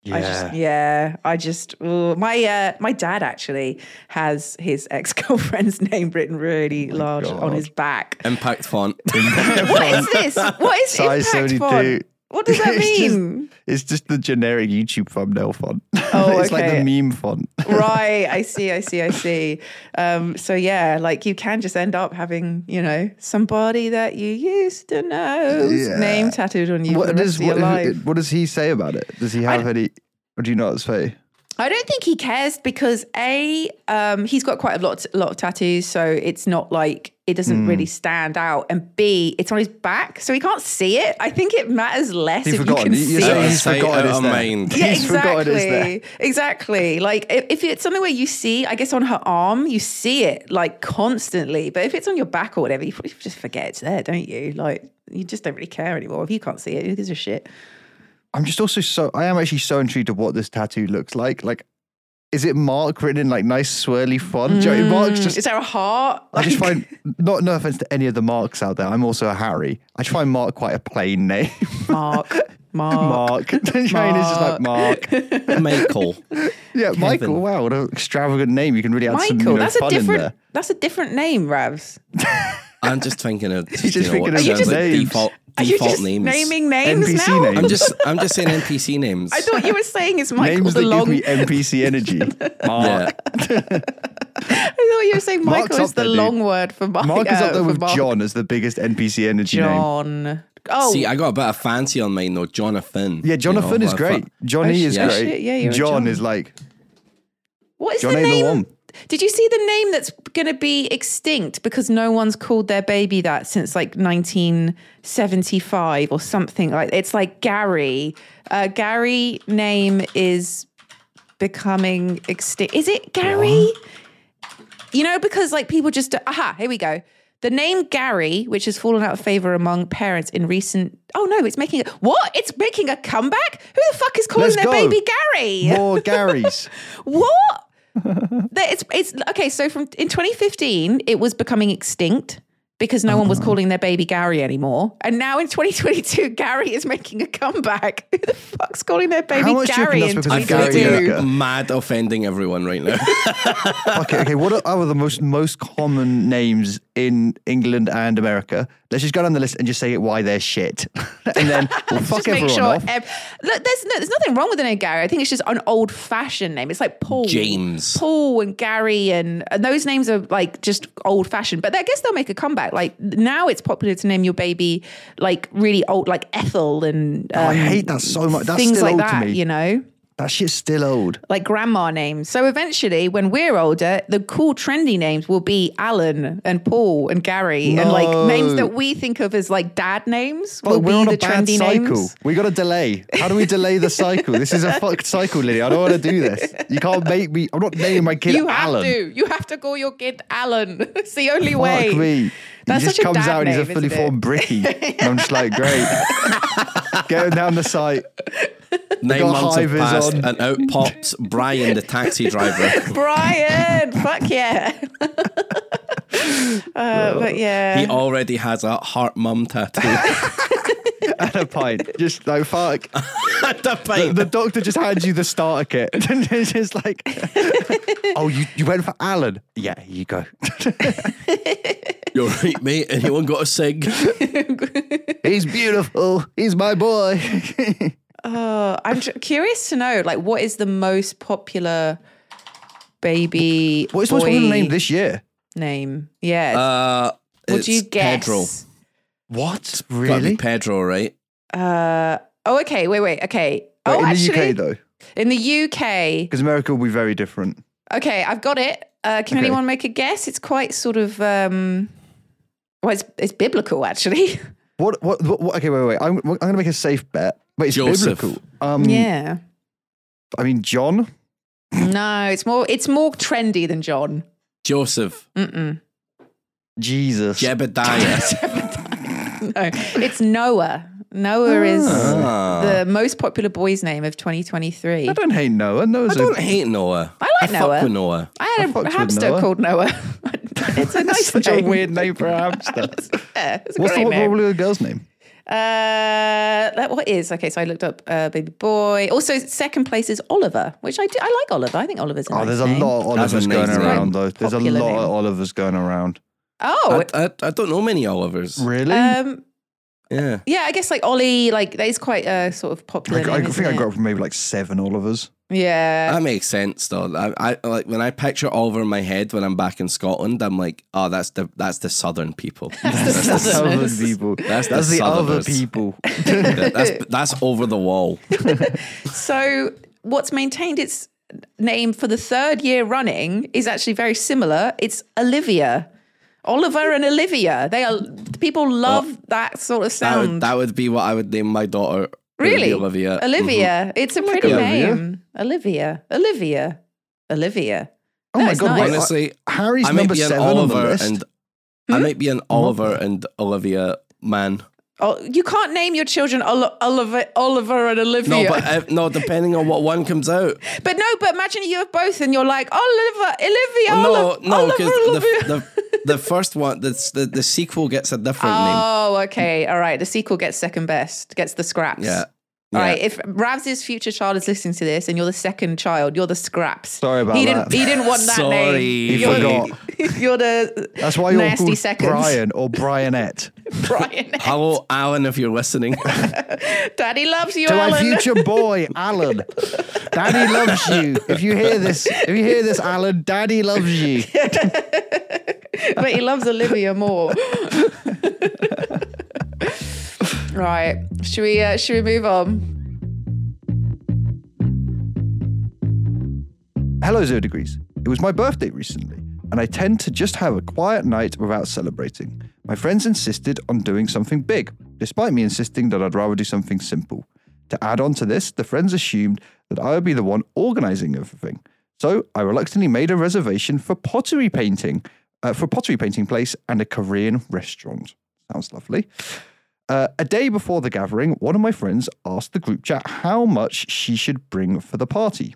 Speaker 3: I just yeah, I just ooh. my uh, my dad actually has his ex girlfriend's [laughs] name written really large on
Speaker 2: Oh God.
Speaker 3: his
Speaker 2: [laughs]
Speaker 3: back.
Speaker 4: Impact font.
Speaker 3: What is this? What is
Speaker 2: Size
Speaker 3: impact
Speaker 2: 72.
Speaker 3: font? What does that
Speaker 2: [laughs] It's just-
Speaker 3: mean?
Speaker 2: It's just the generic YouTube thumbnail font. [laughs]
Speaker 3: Oh,
Speaker 2: it's like
Speaker 3: okay.
Speaker 2: the meme
Speaker 3: [laughs]
Speaker 2: font.
Speaker 3: right i see i see i see um so yeah like you can just end up having you know somebody that you used to know
Speaker 2: Yeah.
Speaker 3: name tattooed on you for
Speaker 2: What
Speaker 3: the rest
Speaker 2: does
Speaker 3: of your
Speaker 2: what,
Speaker 3: life
Speaker 2: what does he say about it? Does he have any? Or do you not say?
Speaker 3: I don't think he cares because a um, he's got quite a lot a lot of tattoos, so it's not like it doesn't
Speaker 2: Hmm.
Speaker 3: really stand out. And b it's on his back, so he can't see it. I think it matters less
Speaker 2: He's
Speaker 3: if
Speaker 2: forgotten.
Speaker 3: you can
Speaker 2: You're
Speaker 3: see
Speaker 2: saying
Speaker 3: it.
Speaker 2: he's
Speaker 4: Sight
Speaker 2: forgotten
Speaker 4: out
Speaker 2: it's
Speaker 4: of
Speaker 2: there.
Speaker 4: mind.
Speaker 3: Yeah,
Speaker 2: He's forgotten it's there.
Speaker 3: exactly. Exactly. Like if, if it's something where you see, I guess on her arm, you see it like constantly. But if it's on your back or whatever, you probably just forget it's there, don't you? Like you just don't really care anymore. If you can't see it, who gives a shit?
Speaker 2: I'm just also so I am actually so intrigued of what this tattoo looks like. Like, is it Mark written in like nice swirly font? Do you know, Mark's just.
Speaker 3: Is there a heart?
Speaker 2: I just
Speaker 3: Mm, Like-
Speaker 2: find not no offense to any of the Marks out there. I'm also a Harry. I just find Mark quite a plain name. [laughs]
Speaker 3: Mark. Mark.
Speaker 2: Mark. [laughs] Mark. is just like Mark.
Speaker 4: [laughs] Michael.
Speaker 2: Yeah, Michael. Wow, what an extravagant name. You can really add some you
Speaker 3: Michael.
Speaker 2: know,
Speaker 3: That's a
Speaker 2: fun in there.
Speaker 3: different. That's a different name, Ravs.
Speaker 4: I'm just thinking of.
Speaker 2: just
Speaker 4: you know,
Speaker 2: thinking
Speaker 4: what
Speaker 2: of
Speaker 4: sounds like
Speaker 2: names.
Speaker 4: default
Speaker 3: Are you
Speaker 4: default
Speaker 3: just
Speaker 4: names.
Speaker 3: naming names
Speaker 2: NPC
Speaker 3: now?
Speaker 2: names.
Speaker 3: [laughs]
Speaker 4: I'm just I'm just saying NPC names.
Speaker 3: I thought you were saying it's Michael
Speaker 2: Names
Speaker 3: the
Speaker 2: that
Speaker 3: Long.
Speaker 2: give me
Speaker 3: [laughs]
Speaker 2: NPC energy.
Speaker 4: yeah.
Speaker 2: Mark.
Speaker 3: I thought you were saying
Speaker 2: Mark's
Speaker 3: Michael is
Speaker 2: up
Speaker 3: the
Speaker 2: there, dude.
Speaker 3: long word for Mike.
Speaker 2: Mark is
Speaker 3: uh,
Speaker 2: up there
Speaker 3: for
Speaker 2: with
Speaker 3: Mark.
Speaker 2: John as the biggest NPC energy name.
Speaker 3: John. Oh,
Speaker 4: See, I got a bit of fancy on mine though. Jonathan.
Speaker 2: Yeah, Jonathan
Speaker 4: You know,
Speaker 2: is
Speaker 4: but-
Speaker 2: great. Johnny
Speaker 3: Oh,
Speaker 2: is
Speaker 3: shit,
Speaker 2: great.
Speaker 3: yeah, you're a
Speaker 2: John,
Speaker 3: John.
Speaker 2: is
Speaker 3: [laughs]
Speaker 2: like
Speaker 3: what is
Speaker 2: John
Speaker 3: the
Speaker 2: ain't the
Speaker 3: name?
Speaker 2: one.
Speaker 3: Did you see the name that's going to be extinct because no one's called their baby that since like 1975 or something like? It's like Gary. Uh, Gary name is becoming extinct. Is it Gary? You know, because like people just aha, here we go. The name Gary, which has fallen out of favor among parents in recent oh no, it's making a what? It's making a comeback? Who the fuck is calling
Speaker 2: Let's
Speaker 3: their
Speaker 2: go.
Speaker 3: baby Gary?
Speaker 2: more Gary's.
Speaker 3: What? That- it's it's okay. So from in 2015, it was becoming extinct because no
Speaker 2: Uh-huh.
Speaker 3: one was calling their baby Gary anymore, and now in 2022, Gary is making a comeback. [laughs] Who the fuck's calling their baby
Speaker 2: How much do you
Speaker 3: Gary
Speaker 2: reckon
Speaker 3: in
Speaker 2: that's because of
Speaker 4: I
Speaker 2: Gary
Speaker 4: feel like
Speaker 3: 2022?
Speaker 2: Yeager?
Speaker 4: I'm mad offending everyone right now.
Speaker 2: okay, okay. What are, are the most most common names in England and America? Let's just go down the list and just say it why they're shit, [laughs] and then we'll fuck
Speaker 3: Just
Speaker 2: everyone
Speaker 3: make sure.
Speaker 2: off.
Speaker 3: ev- Look, there's no, there's nothing wrong with the name Gary. I think it's just an old fashioned name. It's like Paul,
Speaker 4: James.
Speaker 3: Paul, and Gary, and, and those names are like just old fashioned. But I guess they'll make a comeback. Like now, it's popular to name your baby like really old, like Ethel, and
Speaker 2: Oh, I
Speaker 3: um,
Speaker 2: hate that so much. That's
Speaker 3: things
Speaker 2: still old
Speaker 3: like that.
Speaker 2: to me.
Speaker 3: You know.
Speaker 2: That shit's still old.
Speaker 3: Like grandma names. So eventually, when we're older, the cool, trendy names will be Alan and Paul and Gary, and like
Speaker 2: No.
Speaker 3: names that we think of as like dad names will
Speaker 2: But we're
Speaker 3: be
Speaker 2: on
Speaker 3: the
Speaker 2: a bad
Speaker 3: trendy
Speaker 2: cycle.
Speaker 3: names.
Speaker 2: We got to delay. How do we delay the cycle? This
Speaker 3: [laughs]
Speaker 2: is a fucked cycle, Lily. I don't want to do this. You can't make me. I'm not naming my kid
Speaker 3: You have
Speaker 2: Alan.
Speaker 3: to. You have to call your kid Alan. [laughs] It's the only
Speaker 2: Fuck
Speaker 3: way.
Speaker 2: me.
Speaker 3: That's
Speaker 2: he just
Speaker 3: such a
Speaker 2: comes
Speaker 3: dad
Speaker 2: out and he's
Speaker 3: name,
Speaker 2: a fully
Speaker 3: isn't it?
Speaker 2: formed
Speaker 3: [laughs]
Speaker 2: bricky. and I'm just like, great. Get him down the site.
Speaker 4: Nine
Speaker 2: got
Speaker 4: months have
Speaker 2: hivers
Speaker 4: passed,
Speaker 2: on.
Speaker 4: and out pops Brian, the taxi driver.
Speaker 3: Brian, fuck yeah. [laughs] uh, but yeah.
Speaker 4: He already has a heart mum
Speaker 2: [laughs]
Speaker 4: tattoo.
Speaker 2: And a pint. Just like, fuck.
Speaker 4: At the pint.
Speaker 2: The doctor just hands you the starter kit. [laughs] and it's just
Speaker 3: [laughs]
Speaker 2: like, oh, you, you went for Alan? Yeah, you go.
Speaker 4: You're right, mate. Anyone got a sig?
Speaker 2: he's beautiful. He's my
Speaker 3: [laughs]
Speaker 2: boy.
Speaker 3: Uh, I'm ju- curious to know, like, what is the most popular baby
Speaker 2: What is
Speaker 3: boy
Speaker 2: most popular name this year?
Speaker 3: name? Yeah. it's-
Speaker 4: Uh,
Speaker 3: would
Speaker 4: it's
Speaker 3: you guess?
Speaker 4: Pedro.
Speaker 2: What?
Speaker 4: Gotta be
Speaker 2: Really?
Speaker 4: Pedro, right?
Speaker 3: Uh, oh, okay. Wait, wait. Okay.
Speaker 2: But
Speaker 3: oh,
Speaker 2: in the
Speaker 3: actually,
Speaker 2: UK, though,
Speaker 3: in the UK,
Speaker 2: because America will be very different.
Speaker 3: Okay, I've got it. Uh, can
Speaker 2: Okay.
Speaker 3: anyone make a guess? It's quite sort of um, well, it's, it's biblical actually. [laughs]
Speaker 2: What? What? what, what okay, wait, wait. I'm, I'm going to make a safe bet. Wait, it's
Speaker 4: Joseph.
Speaker 2: biblical. Um,
Speaker 3: yeah.
Speaker 2: I mean, John.
Speaker 3: No, it's more it's more trendy than John.
Speaker 4: Joseph.
Speaker 3: Mm-mm.
Speaker 2: Jesus.
Speaker 3: [laughs]
Speaker 4: Jebediah.
Speaker 3: No, it's Noah. Noah is
Speaker 4: Ah.
Speaker 3: the most popular boy's name of 2023.
Speaker 2: I
Speaker 3: I,
Speaker 2: don't hate Noah. Noah's
Speaker 4: I
Speaker 2: a-
Speaker 4: don't hate Noah.
Speaker 3: I like
Speaker 4: fuck
Speaker 3: Noah.
Speaker 4: with Noah.
Speaker 3: I
Speaker 2: I
Speaker 3: had
Speaker 2: fucked
Speaker 3: a
Speaker 2: with
Speaker 3: hamster
Speaker 2: Noah. [laughs]
Speaker 3: called Noah. it's a nice
Speaker 2: such
Speaker 3: name.
Speaker 2: a weird name for a hamster.
Speaker 3: Yeah, [laughs] it's
Speaker 2: [laughs]
Speaker 3: a
Speaker 2: What's the
Speaker 3: great
Speaker 2: what,
Speaker 3: name.
Speaker 2: what was the girl's name?
Speaker 3: Uh, that what is okay? So I looked up uh, baby boy. Also, second place is Oliver, which I do. I like Oliver. I think Oliver's. A
Speaker 2: Oh,
Speaker 3: nice
Speaker 2: there's a
Speaker 3: name.
Speaker 2: lot of
Speaker 4: That's a
Speaker 2: Olivers going
Speaker 4: nice name.
Speaker 2: around, though. There's a lot
Speaker 3: Popular
Speaker 2: of
Speaker 3: name.
Speaker 2: Olivers going around.
Speaker 3: Oh,
Speaker 4: I, I, I don't know many Olivers.
Speaker 2: Really?
Speaker 3: um,
Speaker 4: Yeah.
Speaker 3: yeah. I guess like Ollie, like that is quite a sort of
Speaker 2: I,
Speaker 3: popular.
Speaker 2: I
Speaker 3: name,
Speaker 2: think
Speaker 3: isn't
Speaker 2: I
Speaker 3: it?
Speaker 2: grew up with maybe like seven
Speaker 4: [laughs]
Speaker 2: Olivers.
Speaker 3: Yeah.
Speaker 2: [laughs]
Speaker 4: That makes sense, though. I, I like when I picture Oliver in my head when I'm back in Scotland. I'm like, oh, that's the that's the southern people.
Speaker 3: That's the
Speaker 2: Southern
Speaker 3: [laughs] Southerners.
Speaker 2: people.
Speaker 4: That's the
Speaker 2: That's the other
Speaker 4: Southerners.
Speaker 2: [laughs] people. Oh
Speaker 4: That- that's
Speaker 3: [laughs]
Speaker 4: that's over the wall.
Speaker 3: So what's maintained its name for the third year running is actually very similar. It's Olivia. Oliver and Olivia. They are people love that sort of
Speaker 4: Oh. That
Speaker 3: sound.
Speaker 4: would, that would be what I would name my daughter. It would be
Speaker 3: Really?
Speaker 4: Olivia. Mm-hmm.
Speaker 3: Olivia. It's a pretty
Speaker 2: Olivia.
Speaker 3: name. Olivia. Olivia. Olivia.
Speaker 2: Oh
Speaker 3: No,
Speaker 2: my
Speaker 3: it's
Speaker 2: god!
Speaker 3: nice.
Speaker 2: wait,
Speaker 4: Honestly,
Speaker 2: Harry's
Speaker 4: I might
Speaker 2: number
Speaker 4: be an
Speaker 2: seven on the
Speaker 4: Oliver
Speaker 2: list.
Speaker 4: and
Speaker 3: Hmm?
Speaker 4: I might be an Oliver and Olivia man.
Speaker 3: Oh, you can't name your children Ol- Oliver, Oliver and Olivia.
Speaker 4: No, but uh, no, depending on what one comes
Speaker 3: [laughs]
Speaker 4: out.
Speaker 3: But no, but imagine you have both and you're like, Oliver, Olivia,
Speaker 4: Oh, No,
Speaker 3: Oliver,
Speaker 4: no,
Speaker 3: Oliver,
Speaker 4: because
Speaker 3: Olivia.
Speaker 4: the, the the first one, the, the the sequel gets a different name.
Speaker 3: oh, okay. All right. The sequel gets second best, gets the scraps.
Speaker 4: Yeah.
Speaker 3: All
Speaker 4: Yeah.
Speaker 3: right. If Rav's future child is listening to this and you're the second child, you're the scraps.
Speaker 2: Sorry about
Speaker 3: he
Speaker 2: that.
Speaker 3: Didn't, he didn't want that
Speaker 4: Sorry.
Speaker 3: name. [laughs]
Speaker 4: He
Speaker 3: you're,
Speaker 2: forgot.
Speaker 3: you're the
Speaker 2: That's why you're
Speaker 3: nasty
Speaker 2: called
Speaker 3: seconds.
Speaker 2: Brian or Brianette.
Speaker 3: [laughs] Brian.
Speaker 4: Hello, Alan, if you're listening.
Speaker 3: Daddy loves you,
Speaker 2: to my
Speaker 3: Alan.
Speaker 2: future boy, Alan. Daddy loves you. If you hear this, if you hear this, Alan, Daddy loves you.
Speaker 3: [laughs] but he loves Olivia
Speaker 2: [laughs]
Speaker 3: more. right. Should we uh, should we move on?
Speaker 2: Hello, Zero Degrees. It was my birthday recently, and I tend to just have a quiet night without celebrating. My friends insisted on doing something big, despite me insisting that I'd rather do something simple. To add on to this, the friends assumed that I would be the one organizing everything. So I reluctantly made a reservation for pottery painting, uh, for a pottery painting place and a Korean restaurant. Sounds lovely. Uh, a day before the gathering, one of my friends asked the group chat how much she should bring for the party.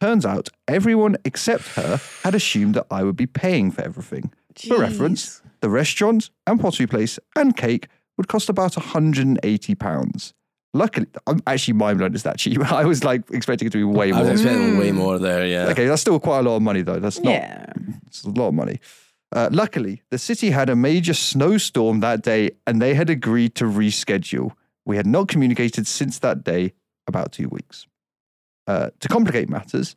Speaker 2: Turns out everyone except her had assumed that I would be paying for everything. For reference, the restaurant and pottery place and cake would cost about £180. Luckily, I'm actually mind blown it's that cheap. [laughs] I was like expecting it to be way
Speaker 4: I
Speaker 2: more.
Speaker 4: was expecting
Speaker 3: Mm.
Speaker 4: way more there, yeah.
Speaker 2: Okay, that's still quite a lot of money though. That's not
Speaker 3: Yeah.
Speaker 2: it's a lot of money. Uh, luckily, the city had a major snowstorm that day and they had agreed to reschedule. We had not communicated since that day, about two weeks. Uh, to complicate matters,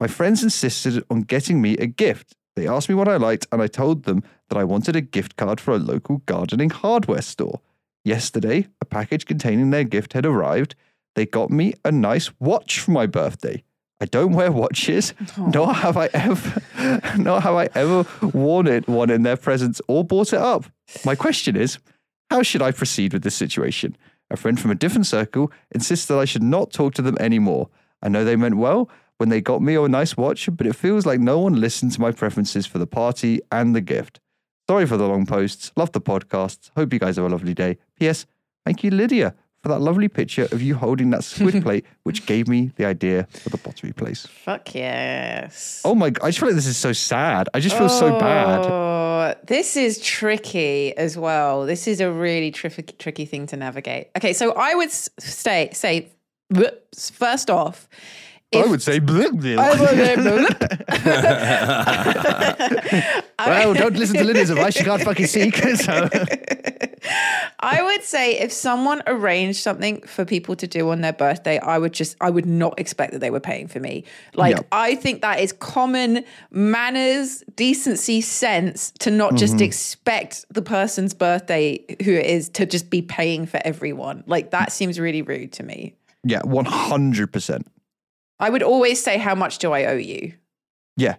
Speaker 2: my friends insisted on getting me a gift. They asked me what I liked, and I told them that I wanted a gift card for a local gardening hardware store. Yesterday, a package containing their gift had arrived. They got me a nice watch for my birthday. I don't wear watches, nor have I ever, nor have I ever worn it one in their presence or bought it up. My question is, how should I proceed with this situation? A friend from a different circle insists that I should not talk to them anymore. I know they meant well when they got me a nice watch, but it feels like no one listened to my preferences for the party and the gift. Sorry for the long posts. Love the podcasts. Hope you guys have a lovely day. P.S. Thank you, Lydia, for that lovely picture of you holding that
Speaker 3: [laughs]
Speaker 2: squid plate, which gave me the idea for the pottery place.
Speaker 3: Fuck yes.
Speaker 2: Oh my! I just feel like this is so sad. I just feel so bad.
Speaker 3: Oh, This is tricky as well. This is a really tricky, tricky thing to navigate. Okay, so I would s- stay, say, bleh, first off, if-
Speaker 2: say.
Speaker 3: [laughs] I-
Speaker 2: [laughs] well, don't listen to Lydia's advice. She can't fucking see. uh, So.
Speaker 3: I would say if someone arranged something for people to do on their birthday, I would just, I would not expect that they were paying for me. Like,
Speaker 2: Yeah.
Speaker 3: I think that is common manners, decency, sense to not just expect the person's birthday, who it is, to just be paying for everyone. Like, that seems really rude to me.
Speaker 2: [laughs] Yeah, one hundred percent.
Speaker 3: I would always say, How much do I owe you?
Speaker 2: Yeah.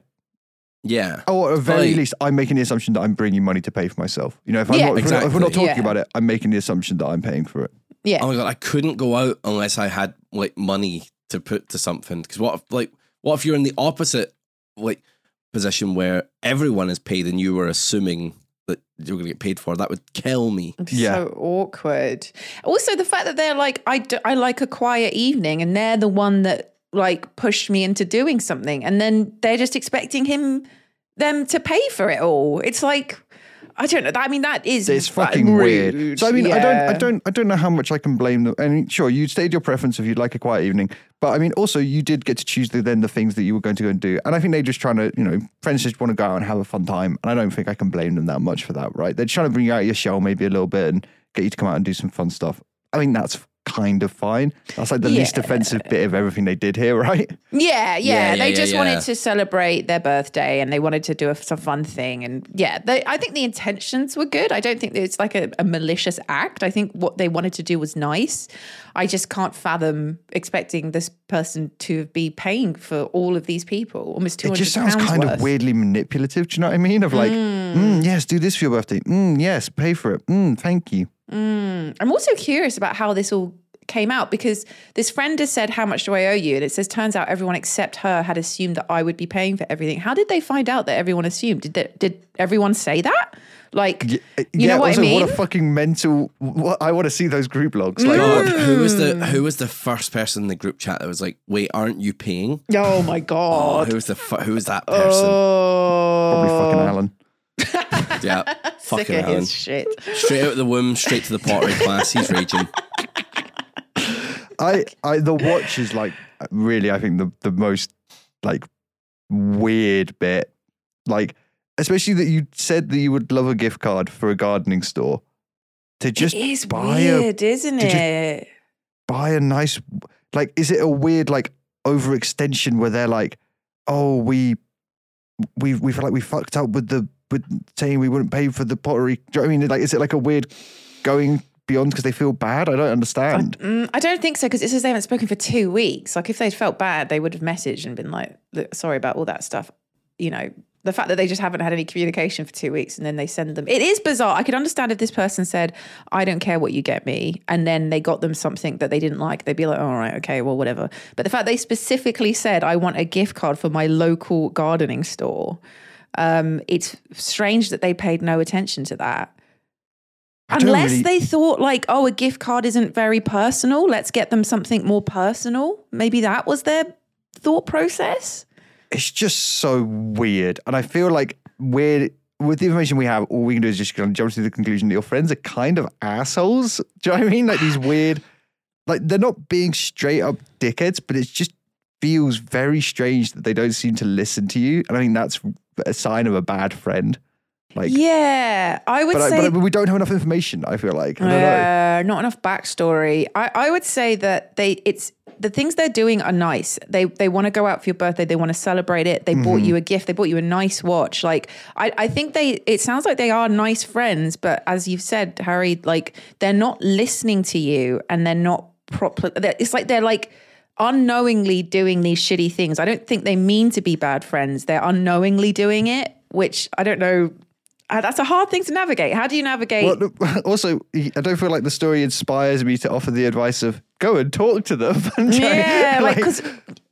Speaker 4: Yeah.
Speaker 2: Or at the very
Speaker 4: Like-
Speaker 2: least, I'm making the assumption that I'm bringing money to pay for myself. You know, if, I'm
Speaker 3: Yeah.
Speaker 2: not, if, we're, not, if we're not
Speaker 3: Exactly.
Speaker 2: talking about it, I'm making the assumption that I'm paying for it.
Speaker 3: Yeah.
Speaker 4: Oh my god, I couldn't go out unless I had like money to put to something. Because what if like what if you're in the opposite like position where everyone is paid and you were assuming that you're gonna get paid for? That would kill me.
Speaker 2: Yeah.
Speaker 3: So awkward. Also, the fact that they're like, I, d- I like a quiet evening, and they're the one that like pushed me into doing something, and then they're just expecting him them to pay for it all. It's like, I don't know. I mean, that is
Speaker 2: It's
Speaker 3: like,
Speaker 2: fucking weird.
Speaker 3: rude.
Speaker 2: So I mean, I don't, I
Speaker 3: Yeah.
Speaker 2: don't, I don't know how much I can blame them. I mean, sure, you stated your preference if you'd like a quiet evening, but I mean, also you did get to choose the, then the things that you were going to go and do. And I think they're just trying to, you know, friends just want to go out and have a fun time. And I don't think I can blame them that much for that, right? They're trying to bring you out of your shell maybe a little bit and get you to come out and do some fun stuff. I mean, that's kind of fine. That's like the least
Speaker 3: Yeah.
Speaker 2: offensive bit of everything they did here, [laughs] right?
Speaker 3: Yeah, yeah.
Speaker 4: Yeah, yeah,
Speaker 3: they
Speaker 4: yeah,
Speaker 3: just
Speaker 4: yeah.
Speaker 3: wanted to celebrate their birthday and they wanted to do a, some fun thing. And yeah, they, I think the intentions were good. I don't think that it's like a, a malicious act. I think what they wanted to do was nice. I just can't fathom expecting this person to be paying for all of these people, almost
Speaker 2: It
Speaker 3: two hundred.
Speaker 2: just sounds kind of weirdly manipulative. Do you know what I mean? Of like, mm, yes, do this for your birthday. Mm, yes, pay for it. Mm, thank you.
Speaker 3: I'm also curious about how this all came out because this friend has said, How much do I owe you? And it says, Turns out everyone except her had assumed that I would be paying for everything. How did they find out that everyone assumed? Did, they, did everyone say that? Like, you know what
Speaker 2: uh, also,
Speaker 3: I mean?
Speaker 2: what a fucking mental. What, I want to see those group logs. Like,
Speaker 3: Mm.
Speaker 4: God, who was the who was the first person in the group chat that was like, "Wait, aren't you paying?"
Speaker 3: oh my
Speaker 4: Oh,
Speaker 3: God.
Speaker 4: who was the fu- who was that person?
Speaker 3: Oh,
Speaker 2: probably fucking Alan.
Speaker 4: yeah,
Speaker 3: [laughs] sick
Speaker 4: fucking
Speaker 3: of
Speaker 4: Alan.
Speaker 3: his shit.
Speaker 4: Straight out of the womb, straight to
Speaker 3: [laughs]
Speaker 4: the pottery class. He's raging.
Speaker 2: I, I, the watch is like really. I think the the most like weird bit, like especially that you said that you would love a gift card for a gardening store, to just
Speaker 3: it is
Speaker 2: buy a
Speaker 3: weird, isn't
Speaker 2: to just-
Speaker 3: it?
Speaker 2: buy a nice like is it a weird like overextension where they're like oh we we we feel like we fucked up with the with saying we wouldn't pay for the pottery do you know what i mean like is it like a weird going beyond because they feel bad i don't understand
Speaker 3: Mm, I don't think so because it says they haven't spoken for two weeks. Like if they'd felt bad, they would have messaged and been like, "Look, "Sorry about all that stuff." You know, the fact that they just haven't had any communication for two weeks and then they send them. It is bizarre. I could understand if this person said, "I don't care what you get me," and then they got them something that they didn't like. They'd be like, "All right, okay, well, whatever." But the fact they specifically said, "I want a gift card for my local gardening store," um, it's strange that they paid no attention to that.
Speaker 2: I don't
Speaker 3: Unless
Speaker 2: really-
Speaker 3: they thought like, oh, a gift card isn't very personal. Let's get them something more personal. Maybe that was their thought process.
Speaker 2: it's just so weird and i feel like we're with the information we have, all we can do is just kind of jump to the conclusion that your friends are kind of assholes. [laughs] Do you know what I mean? Like
Speaker 3: [sighs]
Speaker 2: these weird, like they're not being straight up dickheads, but it just feels very strange that they don't seem to listen to you. And I think that's a sign of a bad friend. Like,
Speaker 3: yeah, I would
Speaker 2: but, I,
Speaker 3: say
Speaker 2: but I- but we don't have enough information. I feel like I don't know.
Speaker 3: Yeah, not enough backstory. I, I would say that they it's the things they're doing are nice. They they want to go out for your birthday. They want to celebrate it. They bought
Speaker 2: Mm-hmm.
Speaker 3: you a gift. They bought you a nice watch. Like I, I think they it sounds like they are nice friends, but as you've said, Harry, like they're not listening to you and they're not proper. they're- It's like they're like unknowingly doing these shitty things. I don't think they mean to be bad friends. They're unknowingly doing it, which I don't know. uh, That's a hard thing to navigate. How do you navigate?
Speaker 2: Well, no, [laughs] also, I don't feel like the story inspires me to offer the advice of go and talk to them. [laughs] Do
Speaker 3: [laughs]
Speaker 2: you know what I mean? [laughs]
Speaker 3: Yeah,
Speaker 2: Like-
Speaker 3: like because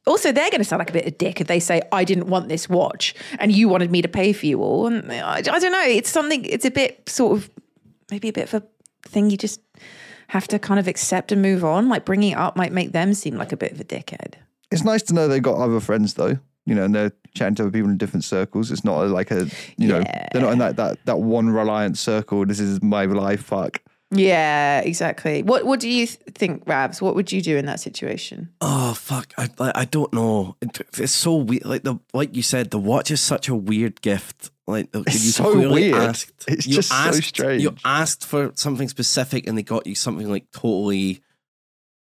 Speaker 3: also they're going to sound like a bit of a dick if they say I didn't want this watch and you wanted me to pay for you all. And uh, I, I don't know. It's something. It's a bit sort of maybe a bit of a thing you just have to kind of accept and move on. Like bringing it up might make them seem like a bit of a dickhead.
Speaker 2: it's nice to know they've got other friends though you know and they're chatting to other people in different circles it's not like a you know they're not in that that, that one reliant circle this is my life fuck
Speaker 3: Yeah, exactly. What What do you th- think, Rabs? What would you do in that situation?
Speaker 4: Oh fuck! I I, I don't know. It, it's so weird. Like the like you said, the watch is such a weird gift. Like the,
Speaker 2: It's
Speaker 4: you
Speaker 2: so
Speaker 4: clearly
Speaker 2: weird.
Speaker 4: Asked,
Speaker 2: It's
Speaker 4: you
Speaker 2: just so
Speaker 4: asked, You
Speaker 2: strange.
Speaker 4: asked for something specific, and they got you something like totally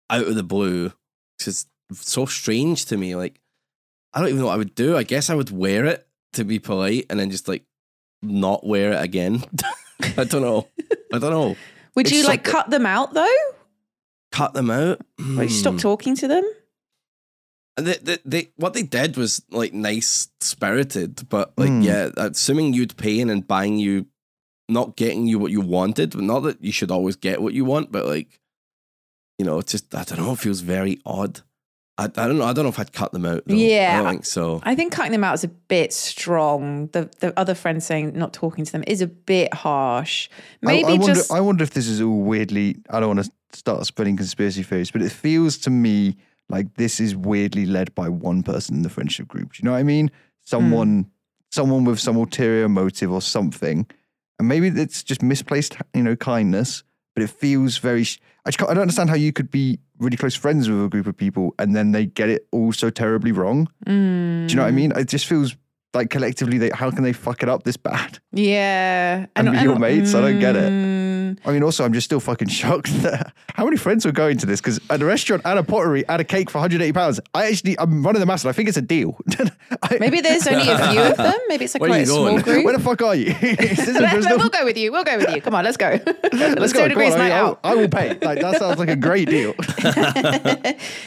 Speaker 4: out of the blue. Which is so strange to me. Like I don't even know what I would do. I guess I would wear it to be polite, and then just like not wear it again. [laughs] I don't know. I don't know.
Speaker 3: Would
Speaker 4: It's
Speaker 3: you like
Speaker 4: something-
Speaker 3: cut them out though?
Speaker 4: Cut them out.
Speaker 3: Would you stop
Speaker 4: Hmm.
Speaker 3: talking to them?
Speaker 4: And They, they, they, what they did was like nice spirited, but like
Speaker 2: Hmm.
Speaker 4: yeah, assuming you'd paying and buying you, not getting you what you wanted, but not that you should always get what you want, but like, you know, it's just I don't know, it feels very odd. I, I don't know. I don't know if I'd cut them out. Though. I
Speaker 3: Yeah.
Speaker 4: don't think so.
Speaker 3: I think cutting them out is a bit strong. The the other friend saying not talking to them is a bit harsh.
Speaker 2: I-
Speaker 3: Maybe
Speaker 2: I, wonder,
Speaker 3: just
Speaker 2: I wonder if this is all weirdly i don't want to start spinning conspiracy theories but it feels to me like this is weirdly led by one person in the friendship group do you know what i mean someone someone with some ulterior motive or something and maybe it's just misplaced you know kindness but it feels very sh- I, just can't, I don't understand how you could be really close friends with a group of people and then they get it all so terribly wrong do you know what i mean it just feels like collectively they how can they fuck it up this bad
Speaker 3: yeah,
Speaker 2: And be your mates? I don't Hmm. get it.
Speaker 3: Mm.
Speaker 2: I mean, also, I'm just still fucking [laughs] shocked that how many friends were going to this because at a restaurant and a pottery and a cake for 180 pounds. I actually, I'm running the maths and I think it's a deal. [laughs] I-
Speaker 3: Maybe there's only a few of them.
Speaker 2: [laughs]
Speaker 3: Maybe it's like
Speaker 4: Where are
Speaker 3: quite a
Speaker 4: you
Speaker 3: small
Speaker 4: going?
Speaker 3: group.
Speaker 2: where the fuck are you? [laughs] Is this in
Speaker 3: Let- let-
Speaker 2: Bristol?
Speaker 3: we'll go with you. We'll go with you. Come on, let's go. [laughs]
Speaker 2: [laughs]
Speaker 3: let's,
Speaker 2: Let's
Speaker 3: do
Speaker 2: go.
Speaker 3: an agrees
Speaker 2: Go on,
Speaker 3: night
Speaker 2: I,
Speaker 3: out.
Speaker 2: I, I will [laughs] pay. Like that sounds like a great deal.
Speaker 3: [laughs]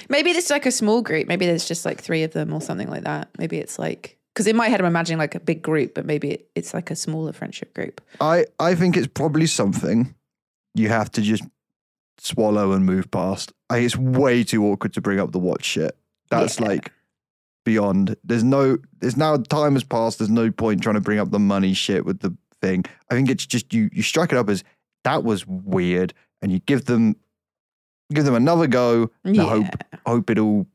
Speaker 3: Maybe this is like a small group. Maybe there's just like three of them or something like that. Maybe it's like because in my head I'm imagining like a big group, but maybe it- it's like a smaller friendship group.
Speaker 2: I, I think it's probably something you have to just swallow and move past. I, it's way too awkward to bring up the watch shit. That's
Speaker 3: Yeah.
Speaker 2: like beyond. There's no. There's now time has passed. There's no point trying to bring up the money shit with the thing. I think it's just you. You strike it up as that was weird, and you give them give them another go. And
Speaker 3: Yeah.
Speaker 2: hope hope it all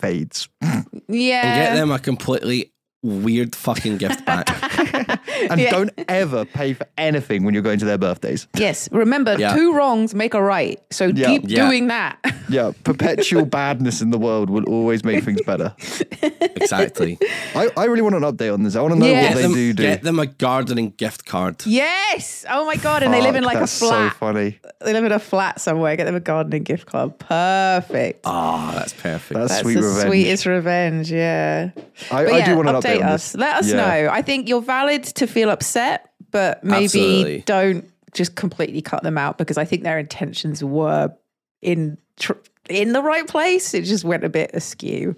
Speaker 2: fades.
Speaker 3: Yeah. Uh,
Speaker 4: and get them a completely weird
Speaker 3: [laughs]
Speaker 4: fucking gift back.
Speaker 2: And
Speaker 3: Yeah.
Speaker 2: don't ever pay for anything when you're going to their birthdays.
Speaker 3: Yes. Remember,
Speaker 4: Yeah.
Speaker 3: two wrongs make a right. So
Speaker 2: Yeah.
Speaker 3: keep
Speaker 4: Yeah.
Speaker 3: doing that. [laughs]
Speaker 2: Yeah, perpetual badness in the world will always make things better.
Speaker 4: exactly.
Speaker 2: I, I really want an update on this. I want to know
Speaker 3: Yeah.
Speaker 2: what they
Speaker 4: them,
Speaker 2: do do.
Speaker 4: Get them a gardening gift card.
Speaker 3: yes. Oh my god. And they live in
Speaker 2: Fuck,
Speaker 3: like a
Speaker 2: that's
Speaker 3: flat.
Speaker 2: so funny.
Speaker 3: they live in a flat somewhere. Get them a gardening gift club. Perfect.
Speaker 4: Ah, that's perfect.
Speaker 2: That's,
Speaker 3: That's
Speaker 2: sweet
Speaker 3: the
Speaker 2: revenge.
Speaker 3: sweetest revenge. Yeah.
Speaker 2: I,
Speaker 3: But
Speaker 2: I
Speaker 3: yeah,
Speaker 2: do want an update
Speaker 3: update
Speaker 2: on
Speaker 3: us.
Speaker 2: this.
Speaker 3: Let us
Speaker 2: Yeah.
Speaker 3: know. I think you're valid to feel upset, but maybe
Speaker 4: Absolutely.
Speaker 3: don't just completely cut them out because I think their intentions were in tr- in the right place. It just went a bit askew.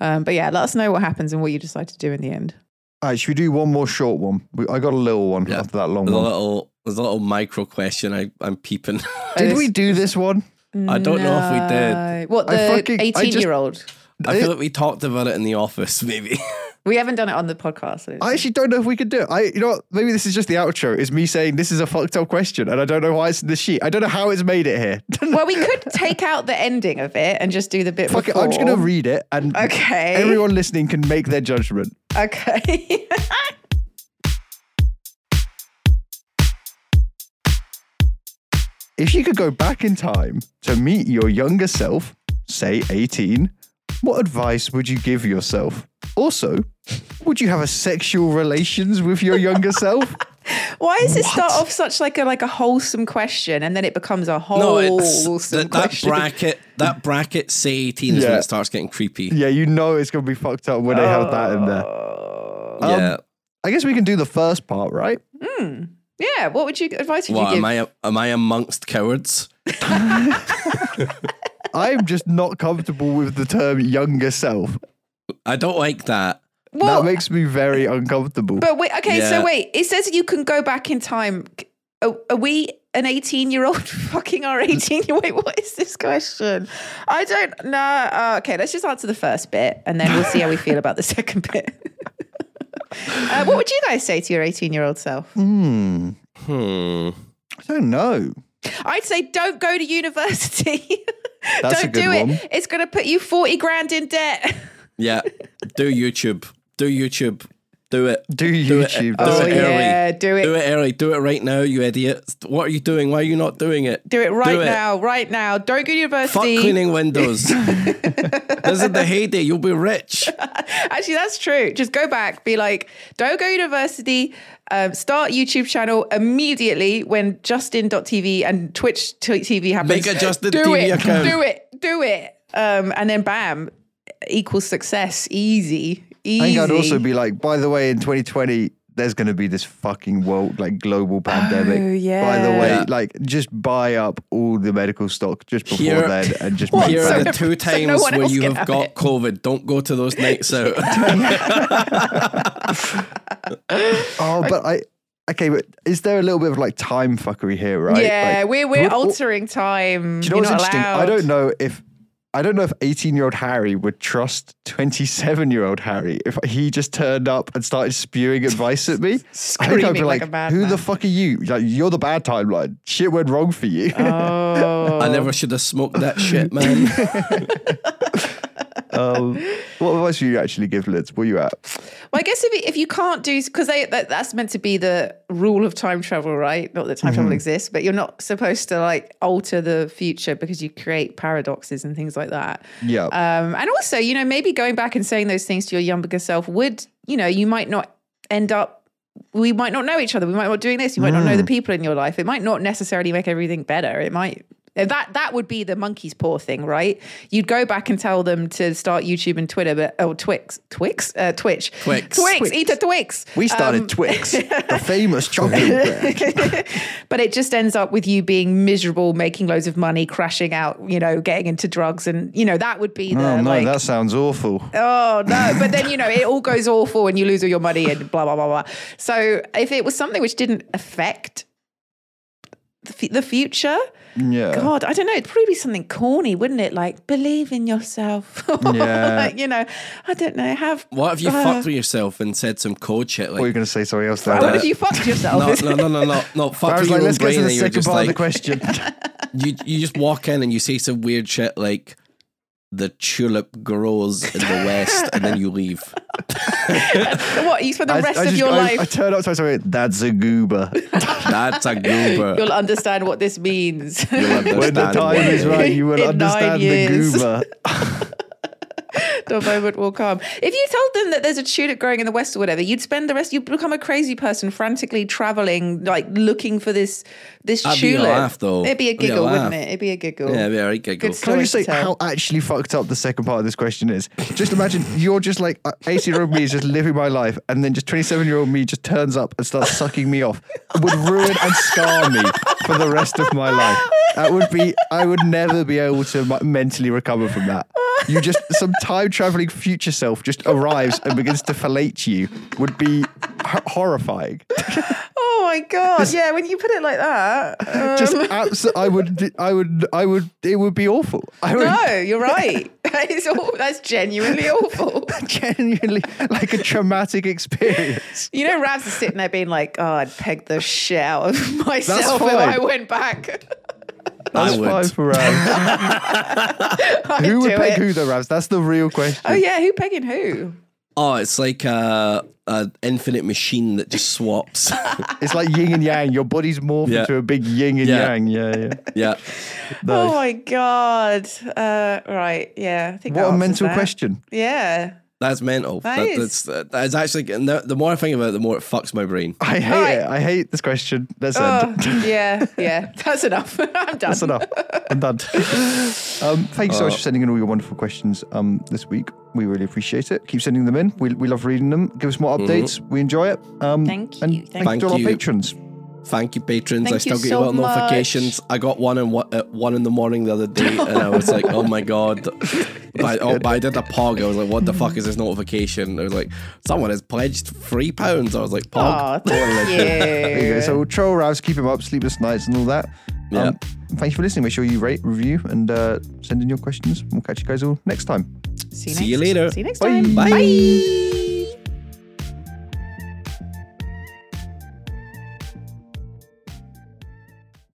Speaker 3: Um, but yeah, let us know what happens and what you decide to do in the end.
Speaker 2: All right, should we do one more short one? We, I got a little one
Speaker 4: Yeah.
Speaker 2: after that long
Speaker 4: There's a
Speaker 2: one.
Speaker 4: little, there's a little micro question. I, I'm peeping. [laughs]
Speaker 2: Did we do this one?
Speaker 4: I don't know if we did.
Speaker 3: Uh, what
Speaker 2: I
Speaker 3: the
Speaker 2: fucking- I just-
Speaker 3: eighteen year old?
Speaker 4: I feel like we talked about it in the office, [laughs] maybe.
Speaker 3: We haven't done it on the podcast. so-
Speaker 2: I actually don't know if we could do it. I, you know, what? maybe this is just the outro. It's me saying this is a fucked up question, and I don't know why it's in the sheet. I don't know how it's made it here. [laughs]
Speaker 3: well, we could take out the ending of it and just do the bit.
Speaker 2: Fuck it.
Speaker 3: before.
Speaker 2: I'm just gonna read it, and
Speaker 3: Okay.
Speaker 2: everyone listening can make their judgment.
Speaker 3: Okay. [laughs]
Speaker 2: If you could go back in time to meet your younger self, say 18, what advice would you give yourself? Also, would you have a sexual relations with your
Speaker 3: [laughs]
Speaker 2: younger self?
Speaker 3: Why does it start off such like a like a wholesome question and then it becomes a whole
Speaker 4: no, it's
Speaker 3: wholesome
Speaker 4: that, that
Speaker 3: question?
Speaker 4: bracket. That bracket, say 18, is when
Speaker 2: Yeah.
Speaker 4: it starts getting creepy.
Speaker 2: Yeah, you know it's gonna be fucked up when they have that in there. Um,
Speaker 4: yeah.
Speaker 2: I guess we can do the first part, right?
Speaker 3: yeah. What would you advice would
Speaker 4: What
Speaker 3: you give?
Speaker 4: am I? Am I amongst cowards?
Speaker 2: I'm just not comfortable with the term younger self.
Speaker 4: I don't like that.
Speaker 3: well,
Speaker 2: that makes me very uncomfortable.
Speaker 3: but wait. Okay.
Speaker 4: Yeah.
Speaker 3: So wait. It says you can go back in time. Are, are we an eighteen-year-old [laughs] fucking our eighteen-year? [laughs] Wait, what is this question? I don't know. Uh, okay, let's just answer the first bit and then we'll see how we feel about the [laughs] second bit. uh, what would you guys say to your eighteen-year-old self?
Speaker 2: Hmm.
Speaker 4: Hmm.
Speaker 2: I don't know.
Speaker 3: I'd say don't go to university. [laughs]
Speaker 2: That's a
Speaker 3: don't
Speaker 2: good
Speaker 3: do
Speaker 2: one.
Speaker 3: it. It's going to put you 40 grand in debt. [laughs]
Speaker 4: Yeah. Do YouTube. Do YouTube. Do it.
Speaker 2: Do YouTube. Oh,
Speaker 4: Do
Speaker 2: that's
Speaker 4: it
Speaker 2: a good-
Speaker 4: early.
Speaker 3: Oh, yeah, do it.
Speaker 4: Do it early. Do it right now, you idiots. What are you doing? Why are you not doing it?
Speaker 3: Do it right
Speaker 4: it.
Speaker 3: now, right now. Don't go to
Speaker 4: Fuck
Speaker 3: university.
Speaker 4: cleaning
Speaker 3: [laughs]
Speaker 4: windows. this is the heyday. You'll be rich.
Speaker 3: Actually, that's true. Just go back, be like, don't go to university. Um, start YouTube channel immediately when Justin.tv and Twitch t- TV happens.
Speaker 4: Make a Justin
Speaker 3: do
Speaker 4: TV
Speaker 3: it,
Speaker 4: account.
Speaker 3: Do it, do it. Um, and then bam, equals success. Easy, easy.
Speaker 2: I think I'd also be like, by the way, in 2020, there's going to be this fucking world, like global pandemic. By the
Speaker 3: Oh, yeah.
Speaker 2: way,
Speaker 4: Yeah.
Speaker 2: like just buy up all the medical stock just before
Speaker 4: Here- [laughs]
Speaker 2: then and just
Speaker 3: What?
Speaker 2: make
Speaker 4: Here are
Speaker 2: that.
Speaker 4: the
Speaker 3: [laughs] So-
Speaker 4: two
Speaker 3: so no
Speaker 4: times
Speaker 3: one
Speaker 4: where
Speaker 3: else
Speaker 4: you
Speaker 3: can
Speaker 4: have
Speaker 3: have
Speaker 4: got
Speaker 3: it.
Speaker 4: COVID. Don't go to those nights out.
Speaker 3: [laughs]
Speaker 2: Oh, but I. Okay, but is there a little bit of like time fuckery here, right?
Speaker 3: Yeah,
Speaker 2: Like,
Speaker 3: we're we're
Speaker 2: would-
Speaker 3: altering time.
Speaker 2: Do you know what's
Speaker 3: You're not
Speaker 2: interesting?
Speaker 3: Allowed.
Speaker 2: I don't know if I don't know if eighteen-year-old Harry would trust twenty-seven-year-old Harry if he just turned up and started spewing advice
Speaker 3: [laughs]
Speaker 2: at me. I think I'd be
Speaker 3: Screaming like
Speaker 2: like,
Speaker 3: a madman.
Speaker 2: "Who the fuck are you? Like, you're the bad timeline. Shit went wrong for you."
Speaker 3: Oh.
Speaker 4: I never should have smoked that shit, man.
Speaker 2: [laughs] um, what advice would you actually give, Liz? Where you at?
Speaker 3: Well, I guess if, it- if you can't do because they that, that's meant to be the rule of time travel, right? Not that time travel exists, but you're not supposed to like alter the future because you create paradoxes and things like that.
Speaker 2: Yeah.
Speaker 3: Um, and also, you know, maybe going back and saying those things to your younger self would, you know, you might not end up. We might not know each other. We might not doing this. You might not know
Speaker 2: Hmm.
Speaker 3: the people in your life. It might not necessarily make everything better. It might eh, that that would be the monkey's paw thing, right? You'd go back and tell them to start YouTube and Twitter, but oh, Twix, Twix, uh, Twitch,
Speaker 4: Twix.
Speaker 3: Twix,
Speaker 2: Twix.
Speaker 3: eat a Twix.
Speaker 2: we started
Speaker 3: Um, [laughs]
Speaker 2: Twix, the famous chocolate brand.
Speaker 3: but it just ends up with you being miserable, making loads of money, crashing out, you know, getting into drugs, and you know that would be the
Speaker 2: Oh no,
Speaker 3: like
Speaker 2: that sounds awful.
Speaker 3: oh no but then you know it all goes awful and you lose all your money and blah blah blah blah so if it was something which didn't affect the, f- the future
Speaker 2: Yeah.
Speaker 3: god i don't know it'd probably be something corny wouldn't it like believe in yourself [laughs]
Speaker 2: Yeah.
Speaker 3: like, you know i don't know have
Speaker 4: What if you
Speaker 3: uh,
Speaker 4: fucked with yourself and said some code shit
Speaker 2: What were you
Speaker 4: like?
Speaker 2: going to say something else
Speaker 3: what
Speaker 2: there?
Speaker 3: if you fucked yourself
Speaker 4: No, no, no, no, no,
Speaker 2: [laughs]
Speaker 4: no.
Speaker 2: I
Speaker 4: Fuck
Speaker 2: was like,
Speaker 4: with your own
Speaker 2: let's get
Speaker 4: brain,
Speaker 2: to the
Speaker 4: and you're
Speaker 2: second
Speaker 3: [laughs]
Speaker 4: just
Speaker 2: part of the
Speaker 4: like,
Speaker 2: question.
Speaker 4: you, you just walk in and you say some weird shit like, the tulip grows in the west and then you leave.
Speaker 3: [laughs] What you spend the
Speaker 2: I-
Speaker 3: rest
Speaker 2: I
Speaker 3: of
Speaker 2: just-
Speaker 3: your
Speaker 2: I-
Speaker 3: life,
Speaker 2: I turn up to myself. That's a goober.
Speaker 4: That's
Speaker 2: [laughs]
Speaker 4: a goober.
Speaker 3: you'll understand what this means.
Speaker 2: when the
Speaker 4: understand
Speaker 2: time
Speaker 4: why.
Speaker 2: is right, you will
Speaker 3: In nine
Speaker 2: understand the
Speaker 3: years. [laughs]
Speaker 2: goober.
Speaker 3: the moment will come. If you told them that there's a tulip growing in the west or whatever, you'd spend the rest. You'd become a crazy person, frantically traveling, like looking for this this
Speaker 4: That'd be a
Speaker 3: tulip.
Speaker 4: laugh, though.
Speaker 3: It'd be a
Speaker 4: It'd be a
Speaker 3: giggle, wouldn't
Speaker 4: laugh.
Speaker 3: it? It'd be a giggle.
Speaker 4: Yeah, yeah, right, giggle.
Speaker 3: Good
Speaker 2: Can I
Speaker 3: story
Speaker 2: just say
Speaker 3: to tell.
Speaker 2: how actually fucked up the second part of this question is? Just imagine you're just like uh, 18 year old me is just living my life, and then just 27 year old me just turns up and starts sucking me off. Would ruin and scar me for the rest of my life. That would be, I would never be able to mu- mentally recover from that. You just, some time traveling future self just arrives and begins to fellate you, would be h- horrifying.
Speaker 3: Oh my god! Yeah, when you put it like that, uh,
Speaker 2: [laughs] Just abso- I would, I would, I would, it would be awful. I would,
Speaker 3: no, you're right. [laughs] It's all, that's genuinely awful.
Speaker 2: [laughs] genuinely like a traumatic
Speaker 3: [laughs]
Speaker 2: experience.
Speaker 3: You know, Ravs is sitting there being like, "Oh, I'd peg the shit out of [laughs] myself if
Speaker 2: fine.
Speaker 3: I went back." [laughs]
Speaker 4: I
Speaker 2: That's fine
Speaker 4: would.
Speaker 2: for Ravs.
Speaker 3: I'd
Speaker 2: who would
Speaker 3: do
Speaker 2: peg
Speaker 3: it.
Speaker 2: who though, Ravs? That's the real question.
Speaker 3: Oh yeah, who pegging who?
Speaker 4: Oh, it's like a, a infinite machine that just
Speaker 2: [laughs]
Speaker 4: swaps.
Speaker 2: It's like yin and yang. Your body's morphed
Speaker 4: Yeah.
Speaker 2: into a big yin and
Speaker 4: Yeah.
Speaker 2: yang. Yeah, yeah.
Speaker 4: yeah.
Speaker 3: Oh my god! Uh, right, yeah. I think that
Speaker 2: What a
Speaker 3: answers
Speaker 2: mental
Speaker 3: that.
Speaker 2: question. [laughs]
Speaker 3: Yeah.
Speaker 4: That's mental.
Speaker 3: That
Speaker 4: That-
Speaker 3: is-
Speaker 4: that's, uh, that's actually the the more I think about it, the more it fucks my brain.
Speaker 2: I hate
Speaker 3: Alright.
Speaker 2: it. I hate this question. Let's
Speaker 3: Oh,
Speaker 2: end.
Speaker 3: yeah, yeah. [laughs] That's enough. I'm done.
Speaker 2: That's enough. I'm done. Um, thank you so much for sending in all your wonderful questions um, this week. We really appreciate it. Keep sending them in. We, we love reading them. Give us more updates. We enjoy it. Um,
Speaker 3: Thank
Speaker 2: And
Speaker 3: you.
Speaker 2: Mm-hmm. thank, you to all
Speaker 4: Thank
Speaker 2: our
Speaker 4: you.
Speaker 2: patrons.
Speaker 4: Thank you, patrons. I
Speaker 3: Thank you
Speaker 4: still get
Speaker 3: so
Speaker 4: little notifications. I got one in, wa- at one in the morning the other day, and I was like, "Oh my
Speaker 3: [laughs]
Speaker 4: god!" But I, oh, but I did a pog. I was like, "What the fuck is this notification?" I was like, "Someone has pledged three pounds." I was like, "Pog."
Speaker 3: Oh,
Speaker 2: [laughs]
Speaker 3: thank
Speaker 2: There you
Speaker 3: you.
Speaker 2: go. So troll rouse, keep him up, sleepless nights, and all that. Um,
Speaker 4: Yeah.
Speaker 2: thank you for listening. Make sure you rate, review, and uh, send in your questions. We'll catch you guys all next time.
Speaker 3: See
Speaker 4: See you
Speaker 3: next-
Speaker 4: later.
Speaker 3: See you next
Speaker 2: Bye.
Speaker 3: time.
Speaker 4: Bye.